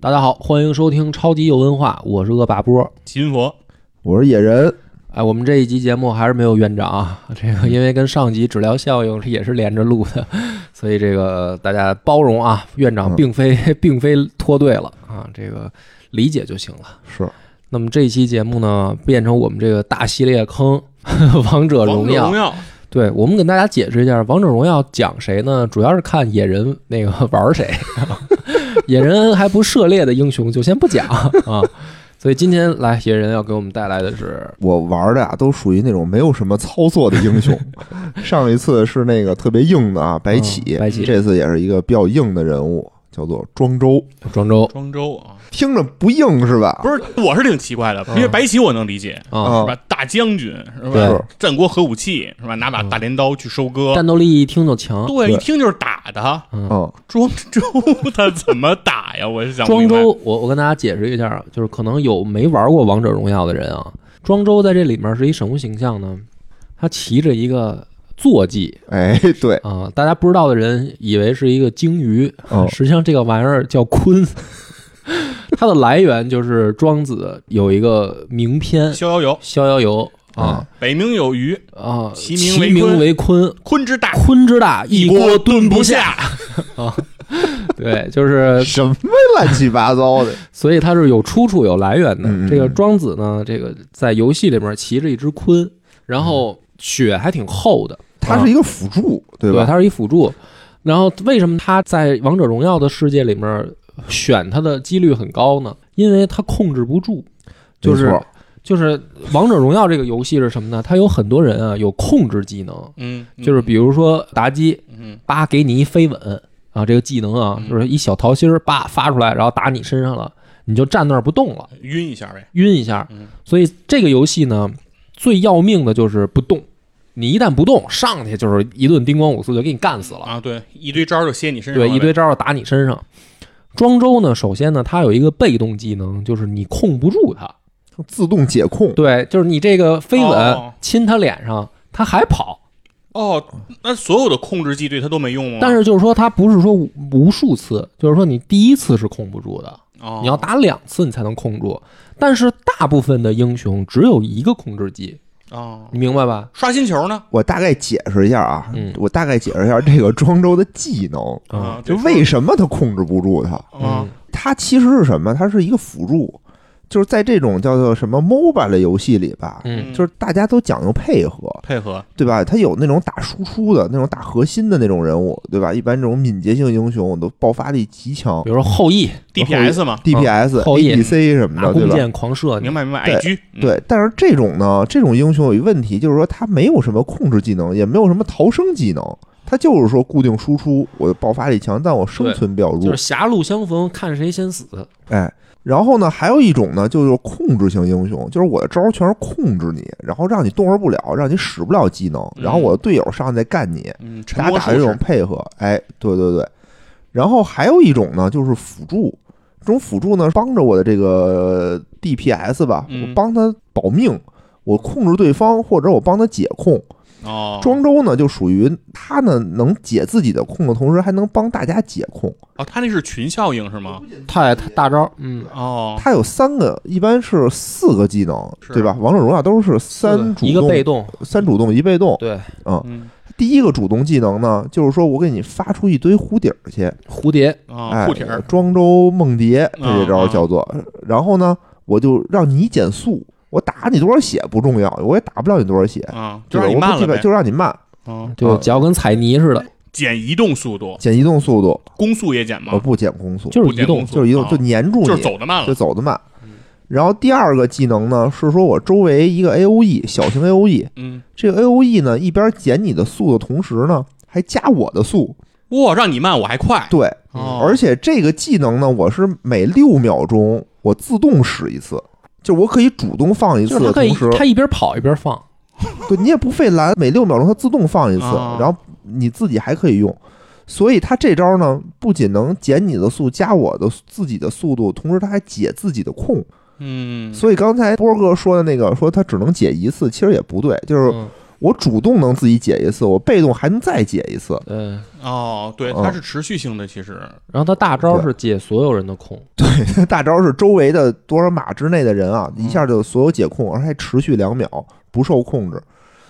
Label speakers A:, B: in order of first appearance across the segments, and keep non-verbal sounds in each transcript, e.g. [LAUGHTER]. A: 大家好，欢迎收听超级有文化，我是恶霸波。
B: 齐云佛，
C: 我是野人，
A: 哎，我们这一集节目还是没有院长啊， [LAUGHS] 这个因为跟上集治疗效应也是连着录的， [LAUGHS] 所以这个大家包容啊。院长
C: 嗯
A: 并非、 [LAUGHS] 并非脱队了啊，这个理解就行了。
C: 是
A: 那么这一期节目呢，变成我们这个大系列坑， [LAUGHS] 《王者
B: 王
A: 荣
B: 者
A: 耀》
B: 荣耀，
A: 对，我们给大家解释一下，《王者荣耀》讲谁呢？主要是看野人那个玩 [LAUGHS] 谁，野人还不涉猎的英雄就先不讲啊。所以今天来野人要给我们带来的是，
C: 我玩的啊，都属于那种没有什么操作的英
A: [LAUGHS]
C: 雄。上一次是那个特别硬的啊，白起，
A: 嗯白起
C: 这次也是一个比较硬的人物，叫做庄周。
A: 庄周
B: 庄周啊，
C: 听着不硬是吧？
B: 不是，我是挺奇怪的，因为白起我能理解，
A: 啊，
B: 是吧？大将军是吧
A: 嗯对？
C: 是
B: 战国核武器是吧？拿把大镰刀去收割，
A: 战斗力一听就强。
B: 对，
C: 对
B: 一听就是打的。 [LAUGHS]
C: 嗯，
B: 庄周他怎么打呀？我是想不
A: 庄
B: 明白
A: 周，我我跟大家解释一下，就是可能有没玩过《王者荣耀》的人啊，庄周在这里面是一什么形象呢？他骑着一个坐骑
C: 哎，对，
A: 啊、大家不知道的人以为是一个鲸鱼，
C: 嗯，
A: 实际上这个玩意儿叫鲲， [LAUGHS] 它的来源就是庄子有一个名篇《
B: 逍遥游，
A: 逍遥游》啊
B: 北冥有鱼，
A: 啊，
B: 其
A: 其
B: 名为
A: 名
B: 鲲
A: 为鲲，
B: 鲲之大，
A: 鲲之大，一锅
B: 炖
A: 不
B: 下。。
A: 对，就是
C: 什么乱七八糟的？
A: 所以它是有出处、有来源的。
C: 嗯嗯嗯
A: 这个庄子呢，这个在游戏里面骑着一只鲲，然后血还挺厚的，
C: 它是一个辅助，对
A: 对
C: 吧？
A: 它是一辅助。然后为什么他在王者荣耀的世界里面选他的几率很高呢？因为他控制不住，就是
C: 没错
A: 就是《王者荣耀》这个游戏是什么呢？它有很多人啊有控制技能，
B: 嗯，嗯
A: 就是比如说妲己，
B: 嗯
A: 叭给你一飞吻啊，这个技能啊
B: 嗯
A: 就是一小桃心儿叭发出来，然后打你身上了，你就站那儿不动了，
B: 晕一下呗。
A: 晕一下
B: 嗯。
A: 所以这个游戏呢，最要命的就是不动。你一旦不动，上去就是一顿叮咣五四就给你干死了。
B: 啊，对，一堆招就歇你身上了
A: 对，
B: 呗。
A: 一堆招儿打你身上。庄周呢，首先呢，他有一个被动技能，就是你控不住他。
C: 它自动解控，
A: 对，就是你这个飞吻
B: 哦
A: 亲他脸上，他还跑。
B: 哦，那所有的控制技对他都没用啊吗？
A: 但是就是说，他不是说无无数次，就是说你第一次是控不住的，
B: 哦
A: 你要打两次你才能控住。但是大部分的英雄只有一个控制技，
B: 哦，
A: 你明白吧？
B: 刷新球呢？
C: 我大概解释一下啊，
A: 嗯
C: 我大概解释一下这个庄周的技能，
B: 啊，
C: 就
B: 对
C: 为什么他控制不住他？
B: 啊，
C: 它其实是什么？它是一个辅助，就是在这种叫做什么 MOBA 的游戏里吧，
A: 嗯
C: 就是大家都讲究配合，
B: 配合，
C: 对吧？它有那种打输出的那种打核心的那种人物，对吧？一般这种敏捷性英雄都爆发力极强
A: 比如说后羿
B: DPS 嘛，
C: ，DPS、
A: 哦后羿
C: ADC 什么
A: 拿
C: 的，对
A: 弓
C: 吧？
A: 箭狂射你
B: 明，白明白
C: 对
B: ，IG 嗯
C: 对，但是这种呢，这种英雄有一问题，就是说他没有什么控制技能，也没有什么逃生技能，他就是说固定输出，我的爆发力强，但我生存比较
A: 就是，
C: 弱
A: 狭路相逢看谁先死。
C: 哎，然后呢，还有一种呢，就是控制型英雄，就是我的招儿全是控制你，然后让你动而不了，让你使不了技能，
B: 嗯
C: 然后我的队友上去再干你，
B: 嗯，沉
C: 大家
B: 默
C: 打
B: 术
C: 这种
B: 士，
C: 配合，哎，对对对。然后还有一种呢，就是辅助，这种辅助呢，帮着我的这个 DPS 吧，
B: 嗯
C: 我帮他保命，我控制对方，或者我帮他解控。
B: 哦，
C: 庄周呢，就属于他呢能解自己的控的同时，还能帮大家解控。
B: 哦，他那是群效应是吗？
A: 太太大招，嗯，
B: 哦，
C: 它有三个，一般是四个技能，
B: 是
C: 对吧？王者荣耀都是三主
A: 一个
C: 动，
A: 被动，
C: 三主动一被动。
A: 对，
B: 嗯，
C: 第一个主动技能呢，就是说我给你发出一堆蝴蝶儿去，
A: 蝴蝶，
B: 哦，
C: 哎
B: 护体儿，，
C: 庄周梦蝶，它
B: 啊
C: 这招叫做。然后呢，我就让你减速，我打你多少血不重要，我也打不了你多少血，
B: 啊，就
C: 对吧
B: 让你
C: 我不
B: 慢了
C: 基本
B: 呗，
C: 就让你慢，
B: 嗯，
A: 就脚跟踩泥似的，
B: 减移动速度，
C: 减移动速度，
B: 攻速也减吗
C: 我？不减攻速，
A: 就是
B: 不
A: 移
B: 减
A: 动
B: 攻，
C: 就是移动
B: 啊
C: 就粘住你，
B: 就是走的慢
C: 就
B: 了，
C: 走得慢
B: 嗯。
C: 然后第二个技能呢，是说我周围一个 A O E 小型 A O E，
B: 嗯，
C: 这个 A O E 呢，一边减你的速的同时呢，还加我的速。
B: 哇，让你慢我还快，
C: 对，
B: 哦
C: 嗯而且这个技能呢，我是每六秒钟我自动使一次，就我可以主动放一
A: 就
C: 次
A: 是它
C: 的
A: 可以
C: 同时，
A: 它一边跑一边放，
C: 对你也不费蓝，每六秒钟它自动放一次，
B: 哦
C: 然后你自己还可以用。所以它这招呢，不仅能减你的速，加我的自己的速度，同时它还解自己的控。
B: 嗯，
C: 所以刚才波哥说的那个，说它只能解一次，其实也不对，就是
A: 嗯
C: 我主动能自己解一次，我被动还能再解一次。
A: 嗯，
B: 哦，对，它是持续性的，其实
A: 然后他大招是解所有人的控，
C: 大招是周围的多少码之内的人啊，一下就所有解控，而且还持续两秒，不受控制。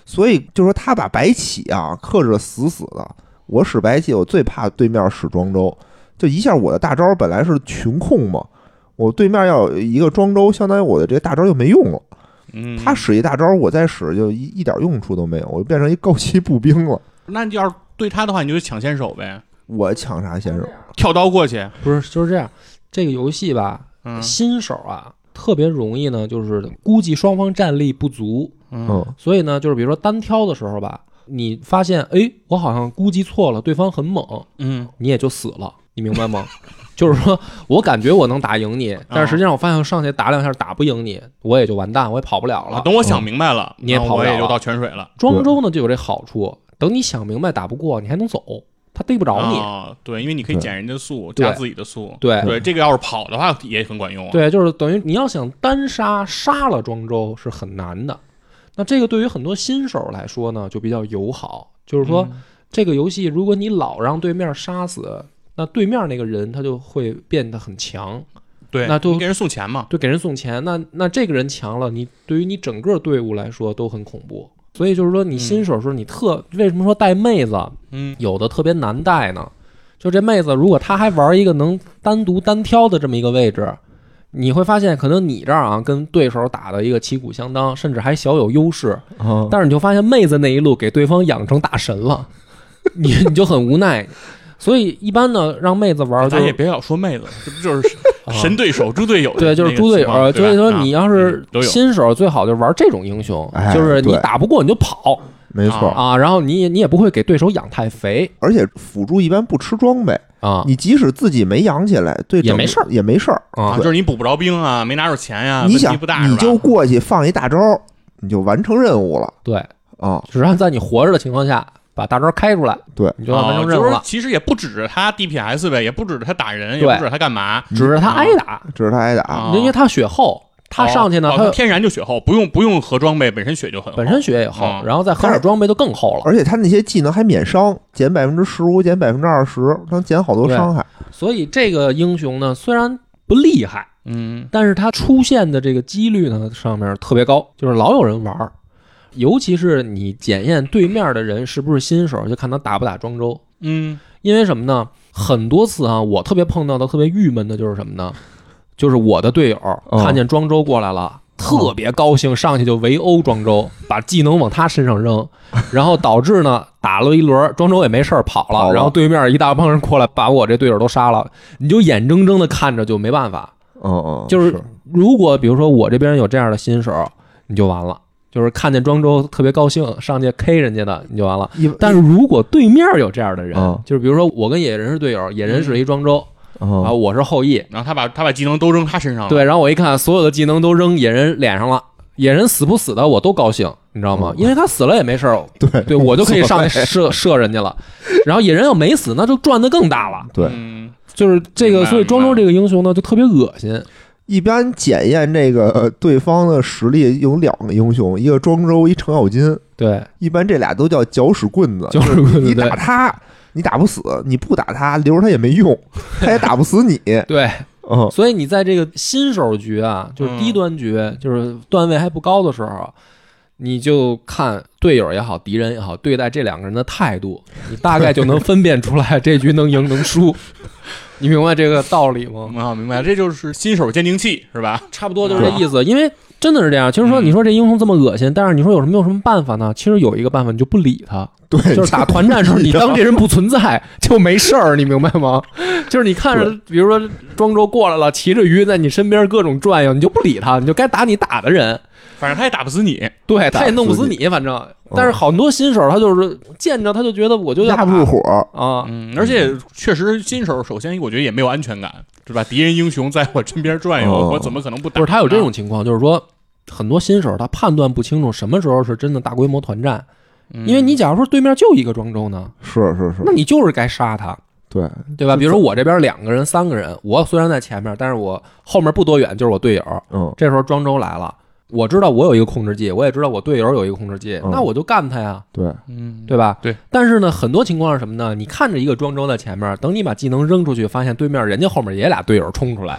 C: 所以就说他把白起啊克制的死死的。我使白起，我最怕对面使庄周，就一下我的大招本来是群控嘛，我对面要有一个庄周，相当于我的这个大招就没用了。
B: 嗯，
C: 他使一大招，我再使就一一点用处都没有，我就变成一高级步兵了。
B: 那要是对他的话，你就抢先手呗，
C: 我抢啥先手？
B: 跳刀过去，
A: 不是就是这样。这个游戏吧，
B: 嗯
A: 新手啊特别容易呢，就是估计双方战力不足，
B: 嗯
C: 嗯，
A: 所以呢，就是比如说单挑的时候吧，你发现哎，我好像估计错了，对方很猛，
B: 嗯，
A: 你也就死了，你明白吗？就是说我感觉我能打赢你，但是实际上我发现我上去打两下打不赢你，我也就完蛋，我也跑不了
B: 好了，
A: 了。
B: 啊等我
C: 嗯
B: 想明白了，
A: 你也
B: 那
A: 跑不
B: 我
A: 了
B: 也就
A: 了
B: 到泉水了。
A: 庄周呢就有这好处，等你想明白打不过，你还能走，他逮不着你。
B: 啊，对，因为你可以
C: 对
B: 减人家速，
A: 对
B: 加自己的速。
A: 对
B: 对，这个要是跑的话也很管用啊。，
A: 对，就是等于你要想单杀杀了庄周是很难的。那这个对于很多新手来说呢，就比较友好，就是
B: 嗯
A: 说、这个游戏如果你老让对面杀死，那对面那个人他就会变得很强，
B: 对，
A: 那就
B: 你给人送钱嘛。
A: 就给人送钱。那那这个人强了，你对于你整个队伍来说都很恐怖。所以就是说，你新手时候你特、为什么说带妹子
B: 嗯，
A: 有的特别难带呢？就这妹子，如果她还玩一个能单独单挑的这么一个位置，你会发现，可能你这儿啊跟对手打的一个旗鼓相当，甚至还小有优势，
C: 啊，
A: 但是你就发现妹子那一路给对方养成大神了， [LAUGHS] 你你就很无奈。所以一般呢，让妹子
B: [LAUGHS]
A: 玩就
B: 咱也别老说妹子，这不就是
A: [LAUGHS] 啊
B: 神对手、猪队友的
A: 对，
B: 那个
A: 就是
B: 情况？
A: 猪队友。所以
B: 对吧
A: 说，你要是
B: 嗯都有
A: 新手，最好就玩这种英雄，
C: 哎
A: 就是你
C: 对
A: 打不过你就跑
C: 没错。
B: 啊
A: 啊，然后你也你也不会给对手养太肥
C: 而且辅助一般不吃装备，
A: 啊
C: 你即使自己没养起来，对
A: 也
C: 整
A: 没事儿
C: 也没事儿。
B: 啊，
A: 啊
B: 就是你补不着兵啊，没拿着钱呀，
C: 你
B: 问
C: 想
B: 题不大，
C: 你
B: 是
C: 就
B: 吧？
C: 过去放一大招，你就完成任务了
A: 对，
C: 啊！
A: 只要在你活着的情况下，把大招开出来，
C: 对
A: 你就要完
B: 哦
A: 成
B: 就
A: 啊
B: 是
A: 任务
B: 说
A: 了，
B: 其实也不指着他 DPS 呗，也不指着他打人，也
A: 对
B: 不指着他干嘛，
A: 指着他挨打，
C: 这是他挨打，
B: 啊
A: 因为他血厚，他上去呢
B: 哦，哦
A: 他
B: 天然就血厚，不用不用合装备，本身血就很厚。
A: 本身血也厚，
B: 嗯
A: 然后再合
C: 但
A: 上
C: 是
A: 装备就更厚了。
C: 而且他那些技能还免伤，减百分之十五，减百分之二十，能减好多
A: 对
C: 伤害。
A: 所以这个英雄呢，虽然不厉害。
B: 嗯，
A: 但是它出现的这个几率呢，上面特别高，就是老有人玩儿，尤其是你检验对面的人是不是新手，就看他打不打庄周。
B: 嗯
A: 因为什么呢？很多次啊，我特别碰到的特别郁闷的就是什么呢？就是我的队友
C: 嗯
A: 看见庄周过来了。特别高兴，上去就围殴庄周，把技能往他身上扔，然后导致呢打了一轮，庄周也没事儿跑
C: 跑
A: 了，
C: 了
A: 然后对面一大帮人过来把我这队友都杀了，你就眼睁睁的看着就没办法，
C: 嗯嗯，
A: 就是
C: 是
A: 如果比如说我这边有这样的新手，你就完了。就是看见庄周特别高兴，上去 K 人家的，你就完了。
C: 一
A: 但是如果对面有这样的人，
C: 嗯
A: 就是比如说我跟野人是队友，野人是一庄周，然
C: 啊
A: 后我是后羿，
B: 然后他把他把技能都扔他身上了。嗯
A: 对，然后我一看所有的技能都扔野人脸上了，野人死不死的我都高兴，你知道吗？
C: 嗯
A: 因为他死了也没事儿，
C: 对
A: 对我就可以上去射射人家了。然后野人要没死，那就赚的更大了。
C: 对，
B: 嗯，
A: 就是这
B: 明
A: 个，
B: 白
A: 所以庄周这个英雄呢就特别恶心，
C: 一般检验这个呃对方的实力有两个英雄，一个庄周，一程咬金。
A: 对，
C: 一般这俩都叫搅屎棍子，
A: 就是
C: 你
A: 对
C: 打他，你打不死；你不打他，留着他也没用，他也打不死你。
A: 对，
C: 嗯，
A: 所以你在这个新手局啊，就是低端局，就是段位还不高的时候，你就看队友也好，敌人也好，对待这两个人的态度，你大概就能分辨出来这局能赢能输。 [LAUGHS] 你明白这个道理吗？
B: 啊，明白，这就是新手鉴定器是吧？
A: 差不多就是这意思，因为真的是这样。其实说，你说这英雄这么恶心，但是你说有什么没有什么办法呢？其实有一个办法，你就不理他。
C: 对， [LAUGHS]
A: 就是打团战的时候，你当这人不存在就没事儿，你明白吗？就是你看着，比如说庄周过来了，骑着鱼在你身边各种转悠，你就不理他，你就该打你打的人，
B: 反正他也打不死你。
A: 对他也
C: 打不
A: 弄
C: 死
A: 不死
C: 你
A: 你，反正。但是很多新手他就是见着他就觉得我就要
C: 压
A: 打
C: 不住火。
A: 啊，
B: 嗯，而且确实新手首先我觉得也没有安全感，对吧？敌人英雄在我身边转悠，
C: 哦
B: 我怎么可能不打？啊
A: 不是他啊有这种情况，就是说。很多新手他判断不清楚什么时候是真的大规模团战，
B: 嗯，
A: 因为你假如说对面就一个庄周呢，
C: 是是是
A: 那，你就是该杀他，
C: 对，
A: 对吧？比如说我这边两个人、三个人，我虽然在前面，但是我后面不多远就是我队友，
C: 嗯
A: 这时候庄周来了，我知道我有一个控制技，我也知道我队友有一个控制技，
C: 嗯
A: 那我就干他呀，
C: 对，
B: 嗯，
A: 对吧？
B: 对。
A: 但是呢，很多情况是什么呢？你看着一个庄周在前面，等你把技能扔出去，发现对面人家后面也俩队友冲出来，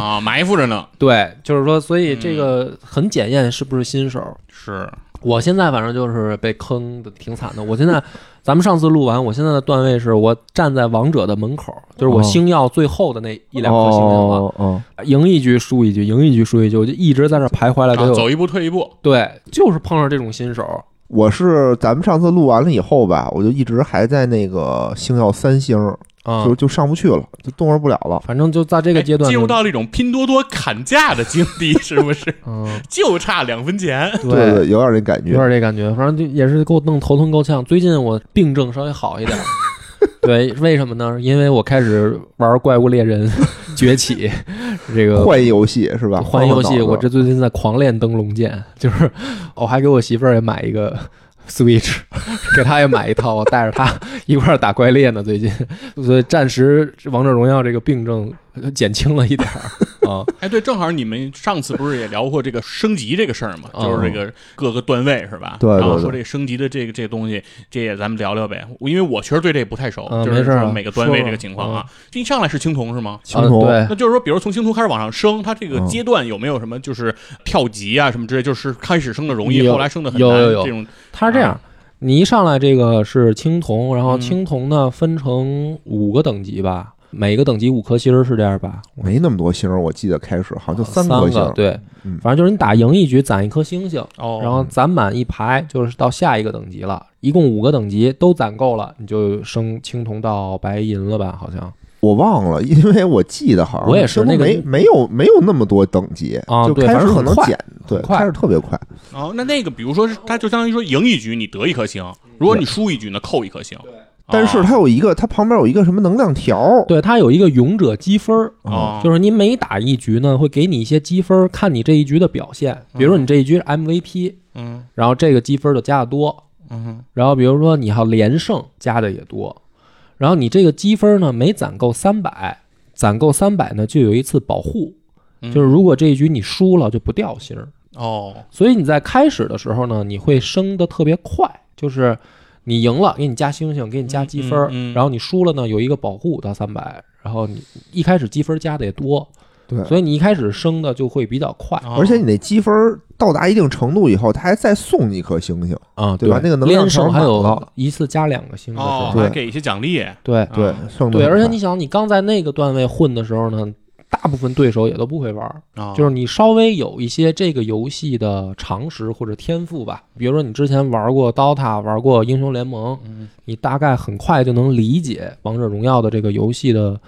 B: 啊，埋伏着呢，
A: 对，就是说，所以
B: 嗯
A: 这个很检验是不是新手。 [LAUGHS]
B: 是
A: 我现在反正就是被坑的挺惨的。我现在，咱们上次录完，我现在的段位是我站在王者的门口，就是我
C: 哦
A: 星耀最后的那一两颗星星了，
C: 哦哦，
A: 赢一局输一局，赢一局输一局，我就一直在这徘徊了得
B: 啊
A: 有。
B: 走一步退一步，
A: 对，就是碰上这种新手，
C: 我是咱们上次录完了以后吧，我就一直还在那个星耀三星，
A: 啊、
C: 就就上不去了，就动弹不了了。
A: 反正就在这
B: 这
A: 个阶段
B: 哎进
A: 就，
B: 入到了一种拼多多砍价的境地，是不是？ [LAUGHS]
A: 嗯，
B: 就差两分钱，
A: 对
C: 对对，有点那感
A: 有
C: 觉。
A: 点这感觉，反正就也是给我弄头疼够呛。最近我病症稍微好一点，
C: [LAUGHS]
A: 对，为什么呢？因为我开始玩《怪物猎人
C: [LAUGHS]
A: 崛起》这个
C: 换一游戏是吧？
A: 环游戏，
C: 呃换换脑子
A: 我这最近在狂练灯笼剑，就是我还给我媳妇儿也买一个
C: [LAUGHS]
A: Switch，给她也买一套，我带着她一块儿打怪猎呢。最近，所以暂时王者荣耀这个病症呃减轻了一点儿啊。
B: [LAUGHS] 哎，对，正好你们上次不是也聊过这个升级这个事儿嘛，
A: 哦
B: 就是这个各个段位是吧？
C: 对对
B: 然后
C: 对
B: 说这个升级的这个这个东西，这也咱们聊聊呗。因为我确实对这个不太熟，
A: 嗯
B: 就
A: 没
B: 是
A: 事儿
B: 说每个段
A: 说
B: 位
A: 吧嗯
B: 这个情况啊，一上来是青铜是吗？
C: 青铜、
A: 呃对
B: 那就是说，比如从青铜开始往上升，它这个
A: 嗯
B: 阶段有没有什么就是跳级啊什么之类，就是开始升的容易，
A: 有
B: 后来升的很难
A: 有有有
B: 这种
A: 它是这样，你一上来这个是青铜，然后
B: 嗯
A: 青铜呢分成五个等级吧，每个等级五颗星儿是这样吧？
C: 没那么多星，我记得开始好像就
A: 呃三
C: 颗星。
A: 对
C: 嗯，
A: 反正就是你打赢一局攒一颗星星。
B: 哦，
A: 然后攒满一排就是到下一个等级了，一共五个等级都攒够了，你就升青铜到白银了吧？好像
C: 我忘了，因为我记得好像
A: 我也是
C: 真的
A: 那个
C: 没没有没有那么多等级
A: 啊
C: 就
A: 对
C: 开
A: 反
C: 始
A: 正
C: 可能
A: 很快
C: 减，对，
A: 快
C: 开始特别快，
B: 哦，那那个比如说是它就相当于说赢一局你得一颗星，如果你输一局呢扣一颗星，
C: 但是
B: 哦
C: 它有一个，它旁边有一个什么能量条，
A: 啊对，它有一个勇者积分儿，
B: 哦
A: 嗯就是你每打一局呢，会给你一些积分儿，看你这一局的表现。比如说你这一局是 MVP，
B: 嗯
A: 然后这个积分儿就加的多，
B: 嗯
A: 然后比如说你要连胜加的也多，然后你这个积分儿呢每攒够三百，攒够三百呢就有一次保护，
B: 嗯
A: 就是如果这一局你输了就不掉星儿。
B: 哦
A: 所以你在开始的时候呢，你会升的特别快，就是你赢了给你加星星，给你加积分儿，
B: 嗯嗯嗯
A: 然后你输了呢有一个保护到三百，然后你一开始积分加的也多，
C: 对，
A: 所以你一开始升的就会比较快
B: 哦
C: 而且你那积分到达一定程度以后，它还再送你一颗星星，
A: 啊，
C: 对吧那个能量
A: 连胜
C: 条
A: 还
C: 满
A: 有
C: 了
A: 一次加两个星的时
B: 哦，
A: 候，
C: 对
B: 还给一些奖励，
A: 对
B: 啊
C: 对，剩的
A: 对，而且你想，你刚在那个段位混的时候呢，大部分对手也都不会玩儿，
B: 啊，
A: 就是你稍微有一些这个游戏的常识或者天赋吧，比如说你之前玩过 DOTA，玩过英雄联盟，
B: 嗯
A: 你大概很快就能理解王者荣耀的这个游戏的，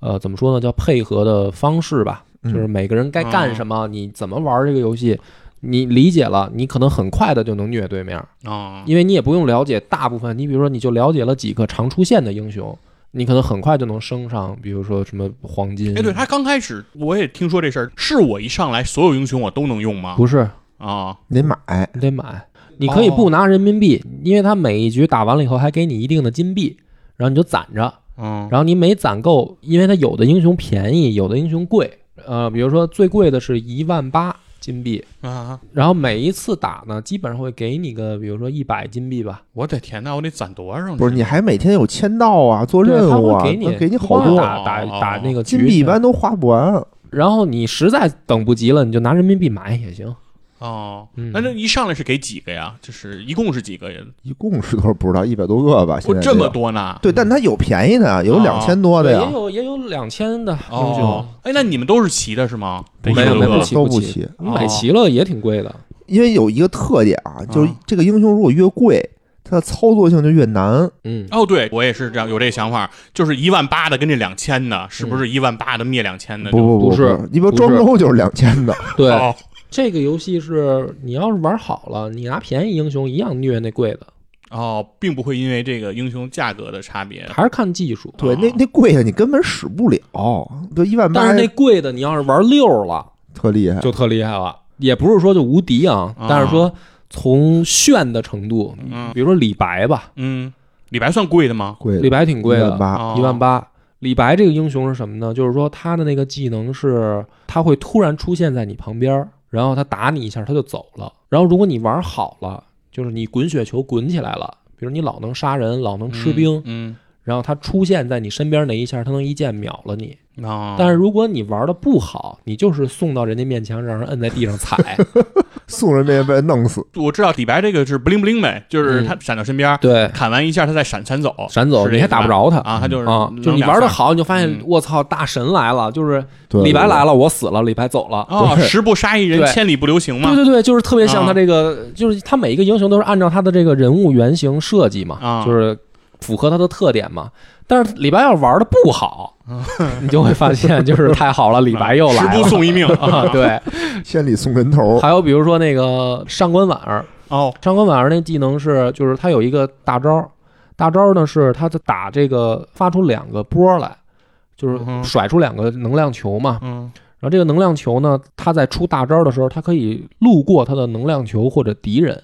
A: 呃，怎么说呢，叫配合的方式吧，就
C: 嗯
A: 是每个人该干什么，你怎么玩这个游戏。你理解了，你可能很快的就能虐对面，
B: 啊，
A: 因为你也不用了解大部分。你比如说，你就了解了几个常出现的英雄，你可能很快就能升上，比如说什么黄金。
B: 哎，对他刚开始我也听说这事儿，是我一上来所有英雄我都能用吗？
A: 不是，
B: 啊，
C: 你得买，
A: 你得买。你可以
B: 哦
A: 不拿人民币，因为他每一局打完了以后还给你一定的金币，然后你就攒着，
B: 嗯，
A: 然后你每攒够，因为它有的英雄便宜，有的英雄贵，呃，比如说最贵的是一万八金币，
B: 啊，
A: 然后每一次打呢，基本上会给你个比如说一百金币吧，
B: 我的天呐，我得攒多少呢？
C: 不是你还每天有签到啊，做
A: 对，
C: 任
A: 他
C: 务啊，
A: 会给
C: 能
A: 你
C: 给你
A: 不
C: 好
A: 光
C: 多
A: 打打打那个
C: 金
A: 局
C: 币，一
A: 钱
C: 般都花不完，
A: 然后你实在等不及了，你就拿人民币买也行，
B: 哦，
A: 嗯
B: 那这一上来是给几个呀？就是一共是几个人？
C: 一共是多少不知道，一百多个吧，现
B: 我
C: 在
B: 这么
C: 有
B: 多呢？
C: 对，但它有便宜的啊，有
B: 哦
C: 两千多的
A: 对，也
C: 呀，
A: 有也有两千的英雄
B: 哦，，哎，那你们都是齐的是吗？
A: 没有
B: 得一个
A: 没有
B: 个
A: 不齐
C: 都
A: 不齐
C: 齐。
A: 你买齐了也挺贵的，
C: 因为有一个特点啊，就是
B: 啊
C: 这个英雄如果越贵，它的操作性就越难。
A: 嗯，
B: 哦，对我也是这样，有这想法，就是一万八的跟这两千
A: 嗯
B: 的，是不是一万八的灭两千的？
C: 不不
A: 不
C: 不
A: 是
C: 你比如
A: 不
C: 庄
A: 是
C: 周就是
A: [LAUGHS]
C: 两千的，
A: 对。
B: 哦
A: 这个游戏是你要是玩好了，你拿便宜英雄一样虐那贵的，
B: 哦，并不会因为这个英雄价格的差别。
A: 还是看技术。
C: 对，
B: 啊
C: 那那贵的你根本使不了，就一万八
A: 但是那贵的，你要是玩六了，
C: 特厉害。
A: 就特厉害了。也不是说就无敌啊，
B: 啊
A: 但是说从炫的程度，
B: 嗯
A: 比如说李白吧，
B: 嗯，李白算贵的吗？
C: 贵
A: 李白挺贵的，
C: 八，
B: 哦
A: 啊一万八。李白这个英雄是什么呢？就是说他的那个技能是，他会突然出现在你旁边儿，然后他打你一下，他就走了。然后如果你玩好了，就是你滚雪球滚起来了，比如你老能杀人，老能吃兵，
B: 嗯，
A: 然后他出现在你身边那一下，他能一剑秒了你。
B: 嗯啊，
A: 但是如果你玩的不好，你就是送到人家面前，让人摁在地上
B: [LAUGHS]
A: 踩。
C: 送人面被人弄死，
B: 我知道李白这个是不灵不灵呗，就是
A: 嗯
B: 他闪到身边，
A: 对，
B: 砍完一下，他再闪闪走，
A: 闪走
B: 是
A: 你还
B: 这意思吧
A: 打不着他
B: 啊，他 [LAUGHS] 就是
A: 啊，就
B: 能
A: 你
B: 两
A: 玩的
B: 下
A: 好，你就发现
B: 嗯
A: 我操，大神来了，就是
C: 对
A: 李白来了，我死了，李白走
B: [LAUGHS]
A: 了。 [LAUGHS]
B: 哦，
C: 对
B: 十步杀一人，
A: 对
B: 千里不留行嘛
A: 对，对对，就是特别像
B: 啊
A: 他这个，就是他每一个英雄都是按照他的这个人物原型设计嘛，
B: 啊
A: 就是符合他的特点嘛。但是李白要玩的不
B: [LAUGHS]
A: 好，你就会发现就是太好了，李白又
B: 十
A: 来
B: 步
A: 了。
B: 送一命
A: [LAUGHS] 啊，
B: 啊，
A: 对，
C: 千里送人头，
A: 还有比如说那个上官婉儿，
B: 哦，
A: 上官婉儿那技能是，就是他有一个大招儿，大招儿呢是他在打这个发出两个波儿来，就是
B: 嗯哼
A: 甩出两个能量球嘛。
B: 嗯，
A: 然后这个能量球呢，它在出大招的时候，它可以路过它的能量球或者敌人，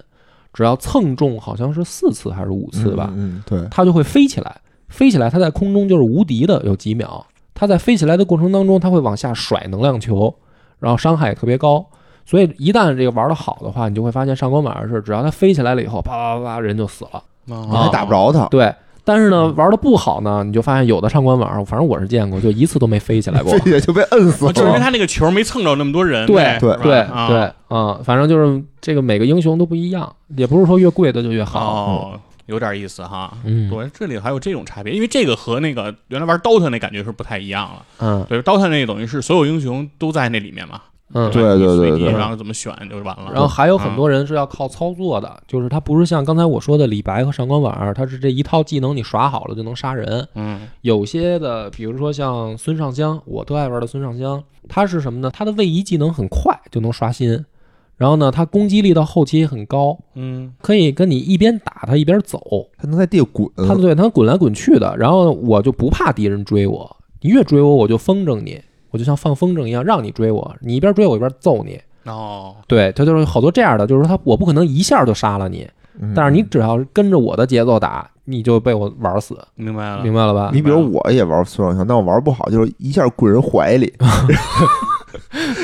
A: 只要蹭中好像是四次还是五次吧，
C: 嗯，嗯对，
A: 它就会飞起来。飞起来，它在空中就是无敌的，有几秒。它在飞起来的过程当中，它会往下甩能量球，然后伤害也特别高。所以一旦这个玩的好的话，你就会发现上官婉儿是，只要它飞起来了以后，啪啪啪啪，人就死了。
C: 嗯
B: 哦
C: 你还打不
B: 着，
C: 着他，
A: 对，但是
C: 嗯
A: 呢，玩的不好呢，你就发现有的上官婉儿，反正我是见过，就一次都没飞起来
C: [LAUGHS]
A: 过啊
C: 这。也就被摁死
B: 哦就是因为
C: 了。
B: 他那个球没蹭着那么多人
A: 对
B: 呗，
C: 对
B: 是吧
A: 对
B: 啊
A: 对啊、反正就是这个每个英雄都不一样，也不是说越贵的就越好。
B: 哦，有点意思哈。
A: 嗯
B: 对，这里还有这种差别，因为这个和那个原来玩 DOTA 那感觉是不太一样了。
A: 嗯
B: 对，DOTA 那等于是所有英雄都在那里面嘛，
A: 嗯。
C: 对
B: 吧
C: 对
B: 你随
C: 对
B: 机
C: 对
B: 然后怎么选就是完了。
A: 然后还有很多人是要靠操作的，就是他不是像刚才我说的李白和上官婉儿，他是这一套技能你耍好了就能杀人。
B: 嗯
A: 有些的，比如说像孙尚香，我特爱玩的孙尚香，他是什么呢？他的位移技能很快就能刷新，然后呢，他攻击力到后期也很高，
B: 嗯，
A: 可以跟你一边打他一边走，
C: 他能在地下滚，
B: 嗯
A: 他对他滚来滚去的，然后我就不怕敌人追我，你越追我我就风筝你，我就像放风筝一样让你追我，你一边追我一边揍你。
B: 哦，
A: 对他就是好多这样的，就是说他我不可能一下就杀了你，
C: 嗯
A: 但是你只要跟着我的节奏打，你就被我玩死，
B: 明白了，
A: 明白了吧？
C: 你比如我也玩孙尚香，但我玩不好，就是一下滚人
A: [LAUGHS]
C: 怀里，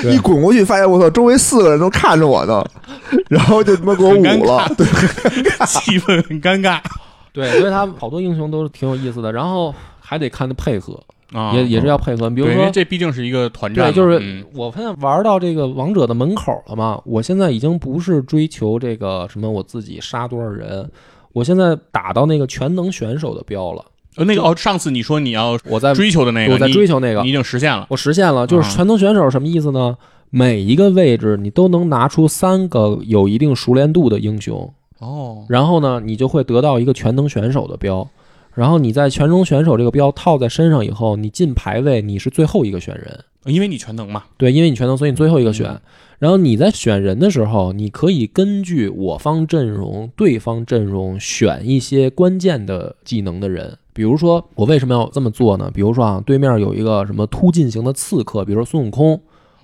A: 对
C: 一滚过去发现我操，周围四个人都看着我呢，然后就他妈给我
B: 很
C: 捂
B: 尴
C: 了。对，
B: [LAUGHS] 气氛很尴尬
A: 对，所以他好多英雄都是挺有意思的，然后还得看他配合，
B: 啊，
A: 也也是要配合，比
B: 对，
A: 如
B: 因为
A: 说。
B: 这毕竟是一个团战嘛，
A: 对，就是
B: 嗯
A: 我现在玩到这个王者的门口了嘛，我现在已经不是追求这个什么我自己杀多少人，我现在打到那个全能选手的标了。
B: 呃那个哦，上次你说你要
A: 我在
B: 追求的那个，
A: 呃我在
B: 你
A: 追求那个
B: 你，已经实现了。
A: 我实现了。就是
B: 啊
A: 全能选手什么意思呢？每一个位置你都能拿出三个有一定熟练度的英雄，
B: 哦，
A: 然后呢，你就会得到一个全能选手的标。然后你在全能选手这个标套在身上以后，你进排位你是最后一个选人。
B: 呃因为你全能嘛，
A: 对，因为你全能，所以你最后一个选。
B: 嗯
A: 然后你在选人的时候，你可以根据我方阵容、对方阵容选一些关键的技能的人。比如说，我为什么要这么做呢？比如说啊，对面有一个什么突进型的刺客，比如说孙悟空，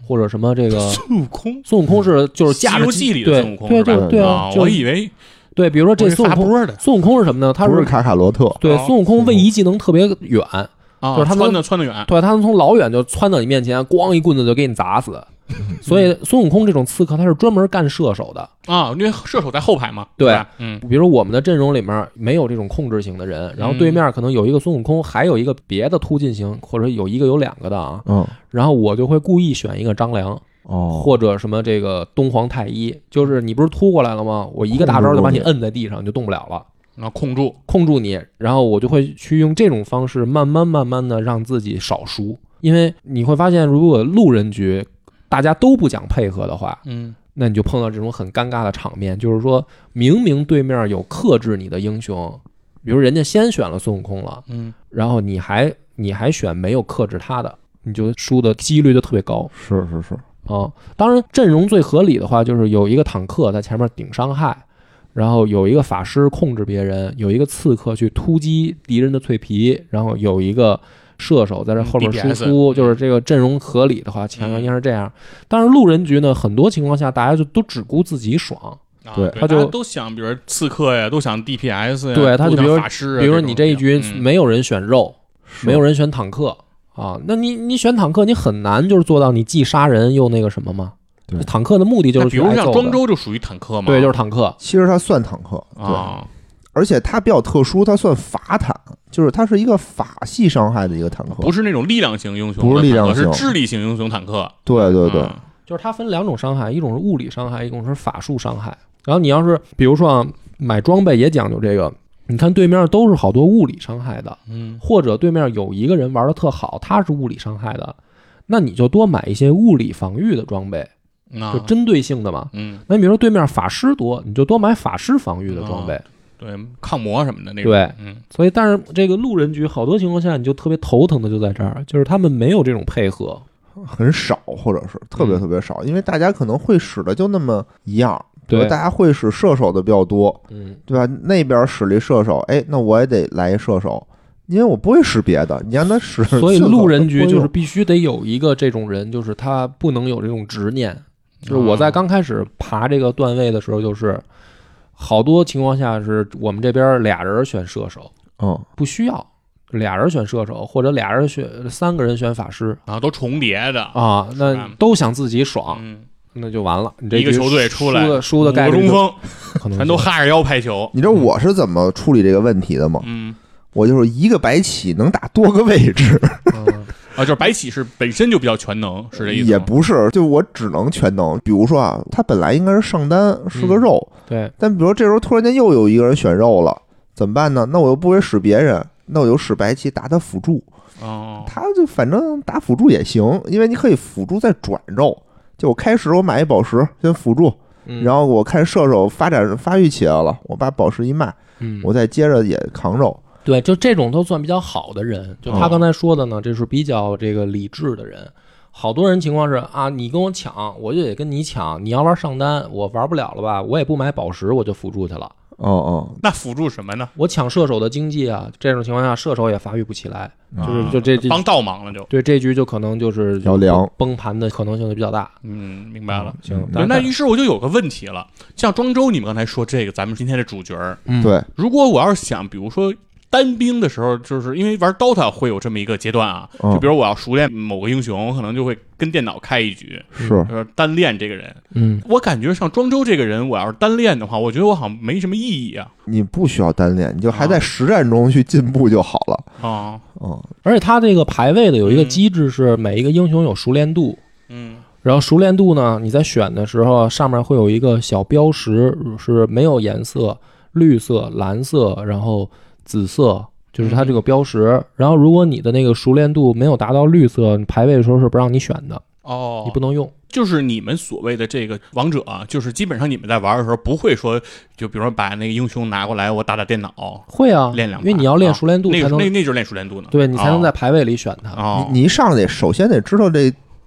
A: 或者什么 [LAUGHS] 这个
B: 孙悟空，
A: 孙悟空是就是
B: 西
A: 架着
B: 游
A: 机
B: 记里的
A: 对
B: 孙悟
A: [LAUGHS]
B: 空
A: 对
B: 是吧
A: 对对
B: 啊
A: 啊，，就
B: 我
A: 是
B: 以为
A: 对，比如说这
B: 我以为
A: 孙悟
B: 发 [LAUGHS]
A: 空，
B: 波的，
A: 孙悟空是什么呢？他
C: 不是卡卡罗特，
A: 对
B: 哦
A: 孙悟空位移技能特别远，
B: 啊，
A: 就是他们
B: 窜的窜的远，
A: 对，他能从老远就窜到你面前，咣一棍子就给你砸死。所以孙悟空这种刺客，他是专门干射手的。
B: 啊，因为射手在后排嘛，
A: 对
B: 是吧，嗯，
A: 比如我们的阵容里面没有这种控制型的人，然后
B: 嗯
A: 对面可能有一个孙悟空，还有一个别的突进型，或者有一个有两个的啊。
C: 嗯，
A: 然后我就会故意选一个张良
C: 哦，
A: 或者什么这个东皇太一，就是你不是突过来了吗？我一个大招就把你摁在地上，你就动不了了。
B: 然后控住，
A: 控住你，然后我就会去用这种方式，慢慢慢慢的让自己少输。因为你会发现，如果路人局大家都不讲配合的话，
B: 嗯，
A: 那你就碰到这种很尴尬的场面，就是说明明对面有克制你的英雄，比如人家先选了孙悟空了，
B: 嗯，
A: 然后你还你还选没有克制他的，你就输的几率就特别高
C: 是是是，
A: 啊、当然，阵容最合理的话就是有一个坦克在前面顶伤害，然后有一个法师控制别人，有一个刺客去突击敌人的脆皮，然后有一个。射手在这后面
B: 嗯
A: 输
B: DPS
A: 出，就是这个阵容合理的话，前面应该是这样。但是路人局呢，很多情况下大家就都只顾自己爽，
B: 啊
C: 对
A: 他
B: 大
A: 就
B: 家都想，比如刺客呀，都想 DPS 呀，
A: 对他就
B: 都想
A: 比如
B: 法师啊，
A: 比如说
B: 种
A: 你这一局
B: 嗯
A: 没有人选肉，没有人选坦克啊，那你你选坦克，你很难就是做到你既杀人又那个什么嘛，
D: 对
A: 坦克的目的就是
B: 那
A: 去
B: 比如
A: 挨
B: 像
A: 揍
B: 庄
A: 的
B: 周就属于坦克嘛，
A: 对，就是坦克，
C: 其实它算坦克，对，
B: 啊，
C: 而且它比较特殊，它算法坦，就是它是一个法系伤害的一个坦克。
B: 不是那种力量型英雄的坦克，
C: 不是力量
B: 是
C: 型
B: 智力型英雄坦克。
C: 对对对，
B: 嗯
A: 就是它分两种伤害，一种是物理伤害，一种是法术伤害。然后你要是比如说啊，买装备也讲究这个，你看对面都是好多物理伤害的，
B: 嗯，
A: 或者对面有一个人玩的特好，他是物理伤害的，那你就多买一些物理防御的装备，
B: 那
A: 就针对性的嘛。
B: 嗯，
A: 那你比如说对面法师多，你就多买法师防御的装备。
B: 对，抗魔什么的那种。
A: 对，
B: 嗯，
A: 所以，但是这个路人局好多情况下，你就特别头疼的就在这儿，就是他们没有这种配合。
C: 很少，或者是特别
A: 嗯
C: 特别少，因为大家可能会使的就那么一样。比
A: 对
C: 如大家会使射手的比较多，
A: 嗯，
C: 对吧？那边使了一射手，哎，那我也得来一射手，因为我不会使别的。你让他 [LAUGHS]
A: [LAUGHS]
C: 使，
A: 所以
C: 射手
A: 路人局
C: 他不会
A: 就
C: 用
A: 是必须得有一个这种人，就是他不能有这种执念。就是
C: 啊
A: 我在刚开始爬这个段位的时候，就是好多情况下是我们这边俩人选射手，
C: 嗯，
A: 不需要俩人选射手，或者俩人选三个人选法师
B: 然后啊都重叠的，
A: 啊，
B: 是
A: 那
B: 吧
A: 都想自己爽，
B: 嗯，
A: 那就完了。你这
B: 一个
A: 局
B: 球队出来
A: 输的输的概
B: 五个
A: 率
B: 中
A: 就
B: 锋
A: 可能
B: 全都
A: 就
B: 哈着腰拍球。
C: 你知道我是怎么处理这个问题的吗？
B: 嗯
C: 我就是一个白起能打多个位置，
A: 嗯
B: 啊，就是白起是本身就比较全能，是这意思吗？
C: 也不是，就我只能全能。比如说啊，他本来应该是上单是个
A: 嗯
C: 肉，
A: 对。
C: 但比如说这时候突然间又有一个人选肉了，怎么办呢？那我又不会使别人，那我就使白棋打他辅助，
B: 哦，
C: 他就反正打辅助也行，因为你可以辅助再转肉。就我开始我买一宝石先辅助，
A: 嗯
C: 然后我看射手发展发育起来了，我把宝石一卖，
A: 嗯，
C: 我再接着也扛肉。
A: 对，就这种都算比较好的人。就他
B: 哦
A: 刚才说的呢，这是比较这个理智的人。好多人情况是啊，你跟我抢，我就得跟你抢。你要玩上单，我玩不了了吧？我也不买宝石，我就辅助去了。
C: 哦哦，
B: 那辅助什么呢？
A: 我抢射手的经济啊，这种情况下射手也发育不起来，
B: 啊
A: 就是就这这
B: 帮倒忙了就。
A: 对这局就可能就是
C: 要凉
A: 崩盘的可能性就比较大。
B: 嗯，明白了。
A: 行，
B: 对那于是我就有个问题了，像庄周，你们刚才说这个，咱们今天的主角儿，
A: 嗯
C: 对，
B: 如果我要是想，比如说单兵的时候，就是因为玩 DOTA 会有这么一个阶段啊，
C: 嗯
B: 就比如我要熟练某个英雄，我可能就会跟电脑开一局，
C: 是
B: 就是单练这个人。
A: 嗯，
B: 我感觉像庄周这个人，我要是单练的话，我觉得我好像没什么意义啊。
C: 你不需要单练，你就还
A: 啊
C: 在实战中去进步就好了。
B: 啊，
C: 嗯，
A: 而且他这个排位的有一个机制是每一个英雄有熟练度，
B: 嗯，
A: 然后熟练度呢，你在选的时候上面会有一个小标识，是没有颜色，绿色、蓝色，然后紫色，就是它这个标识。然后如果你的那个熟练度没有达到绿色，你排位的时候是不让你选的，
B: 哦
A: 你不能用。
B: 就是你们所谓的这个王者啊，就是基本上你们在玩的时候不会说，就比如说把那个英雄拿过来，我打打电脑，
A: 会啊，
B: 练两把
A: 因为你要练熟练度
B: 那
A: 才
B: 个
A: 能，
B: 那那就是练熟练度呢。
A: 对你才能在
B: 哦
A: 排位里选它。
B: 哦，
C: 你你一上来得首先得知道这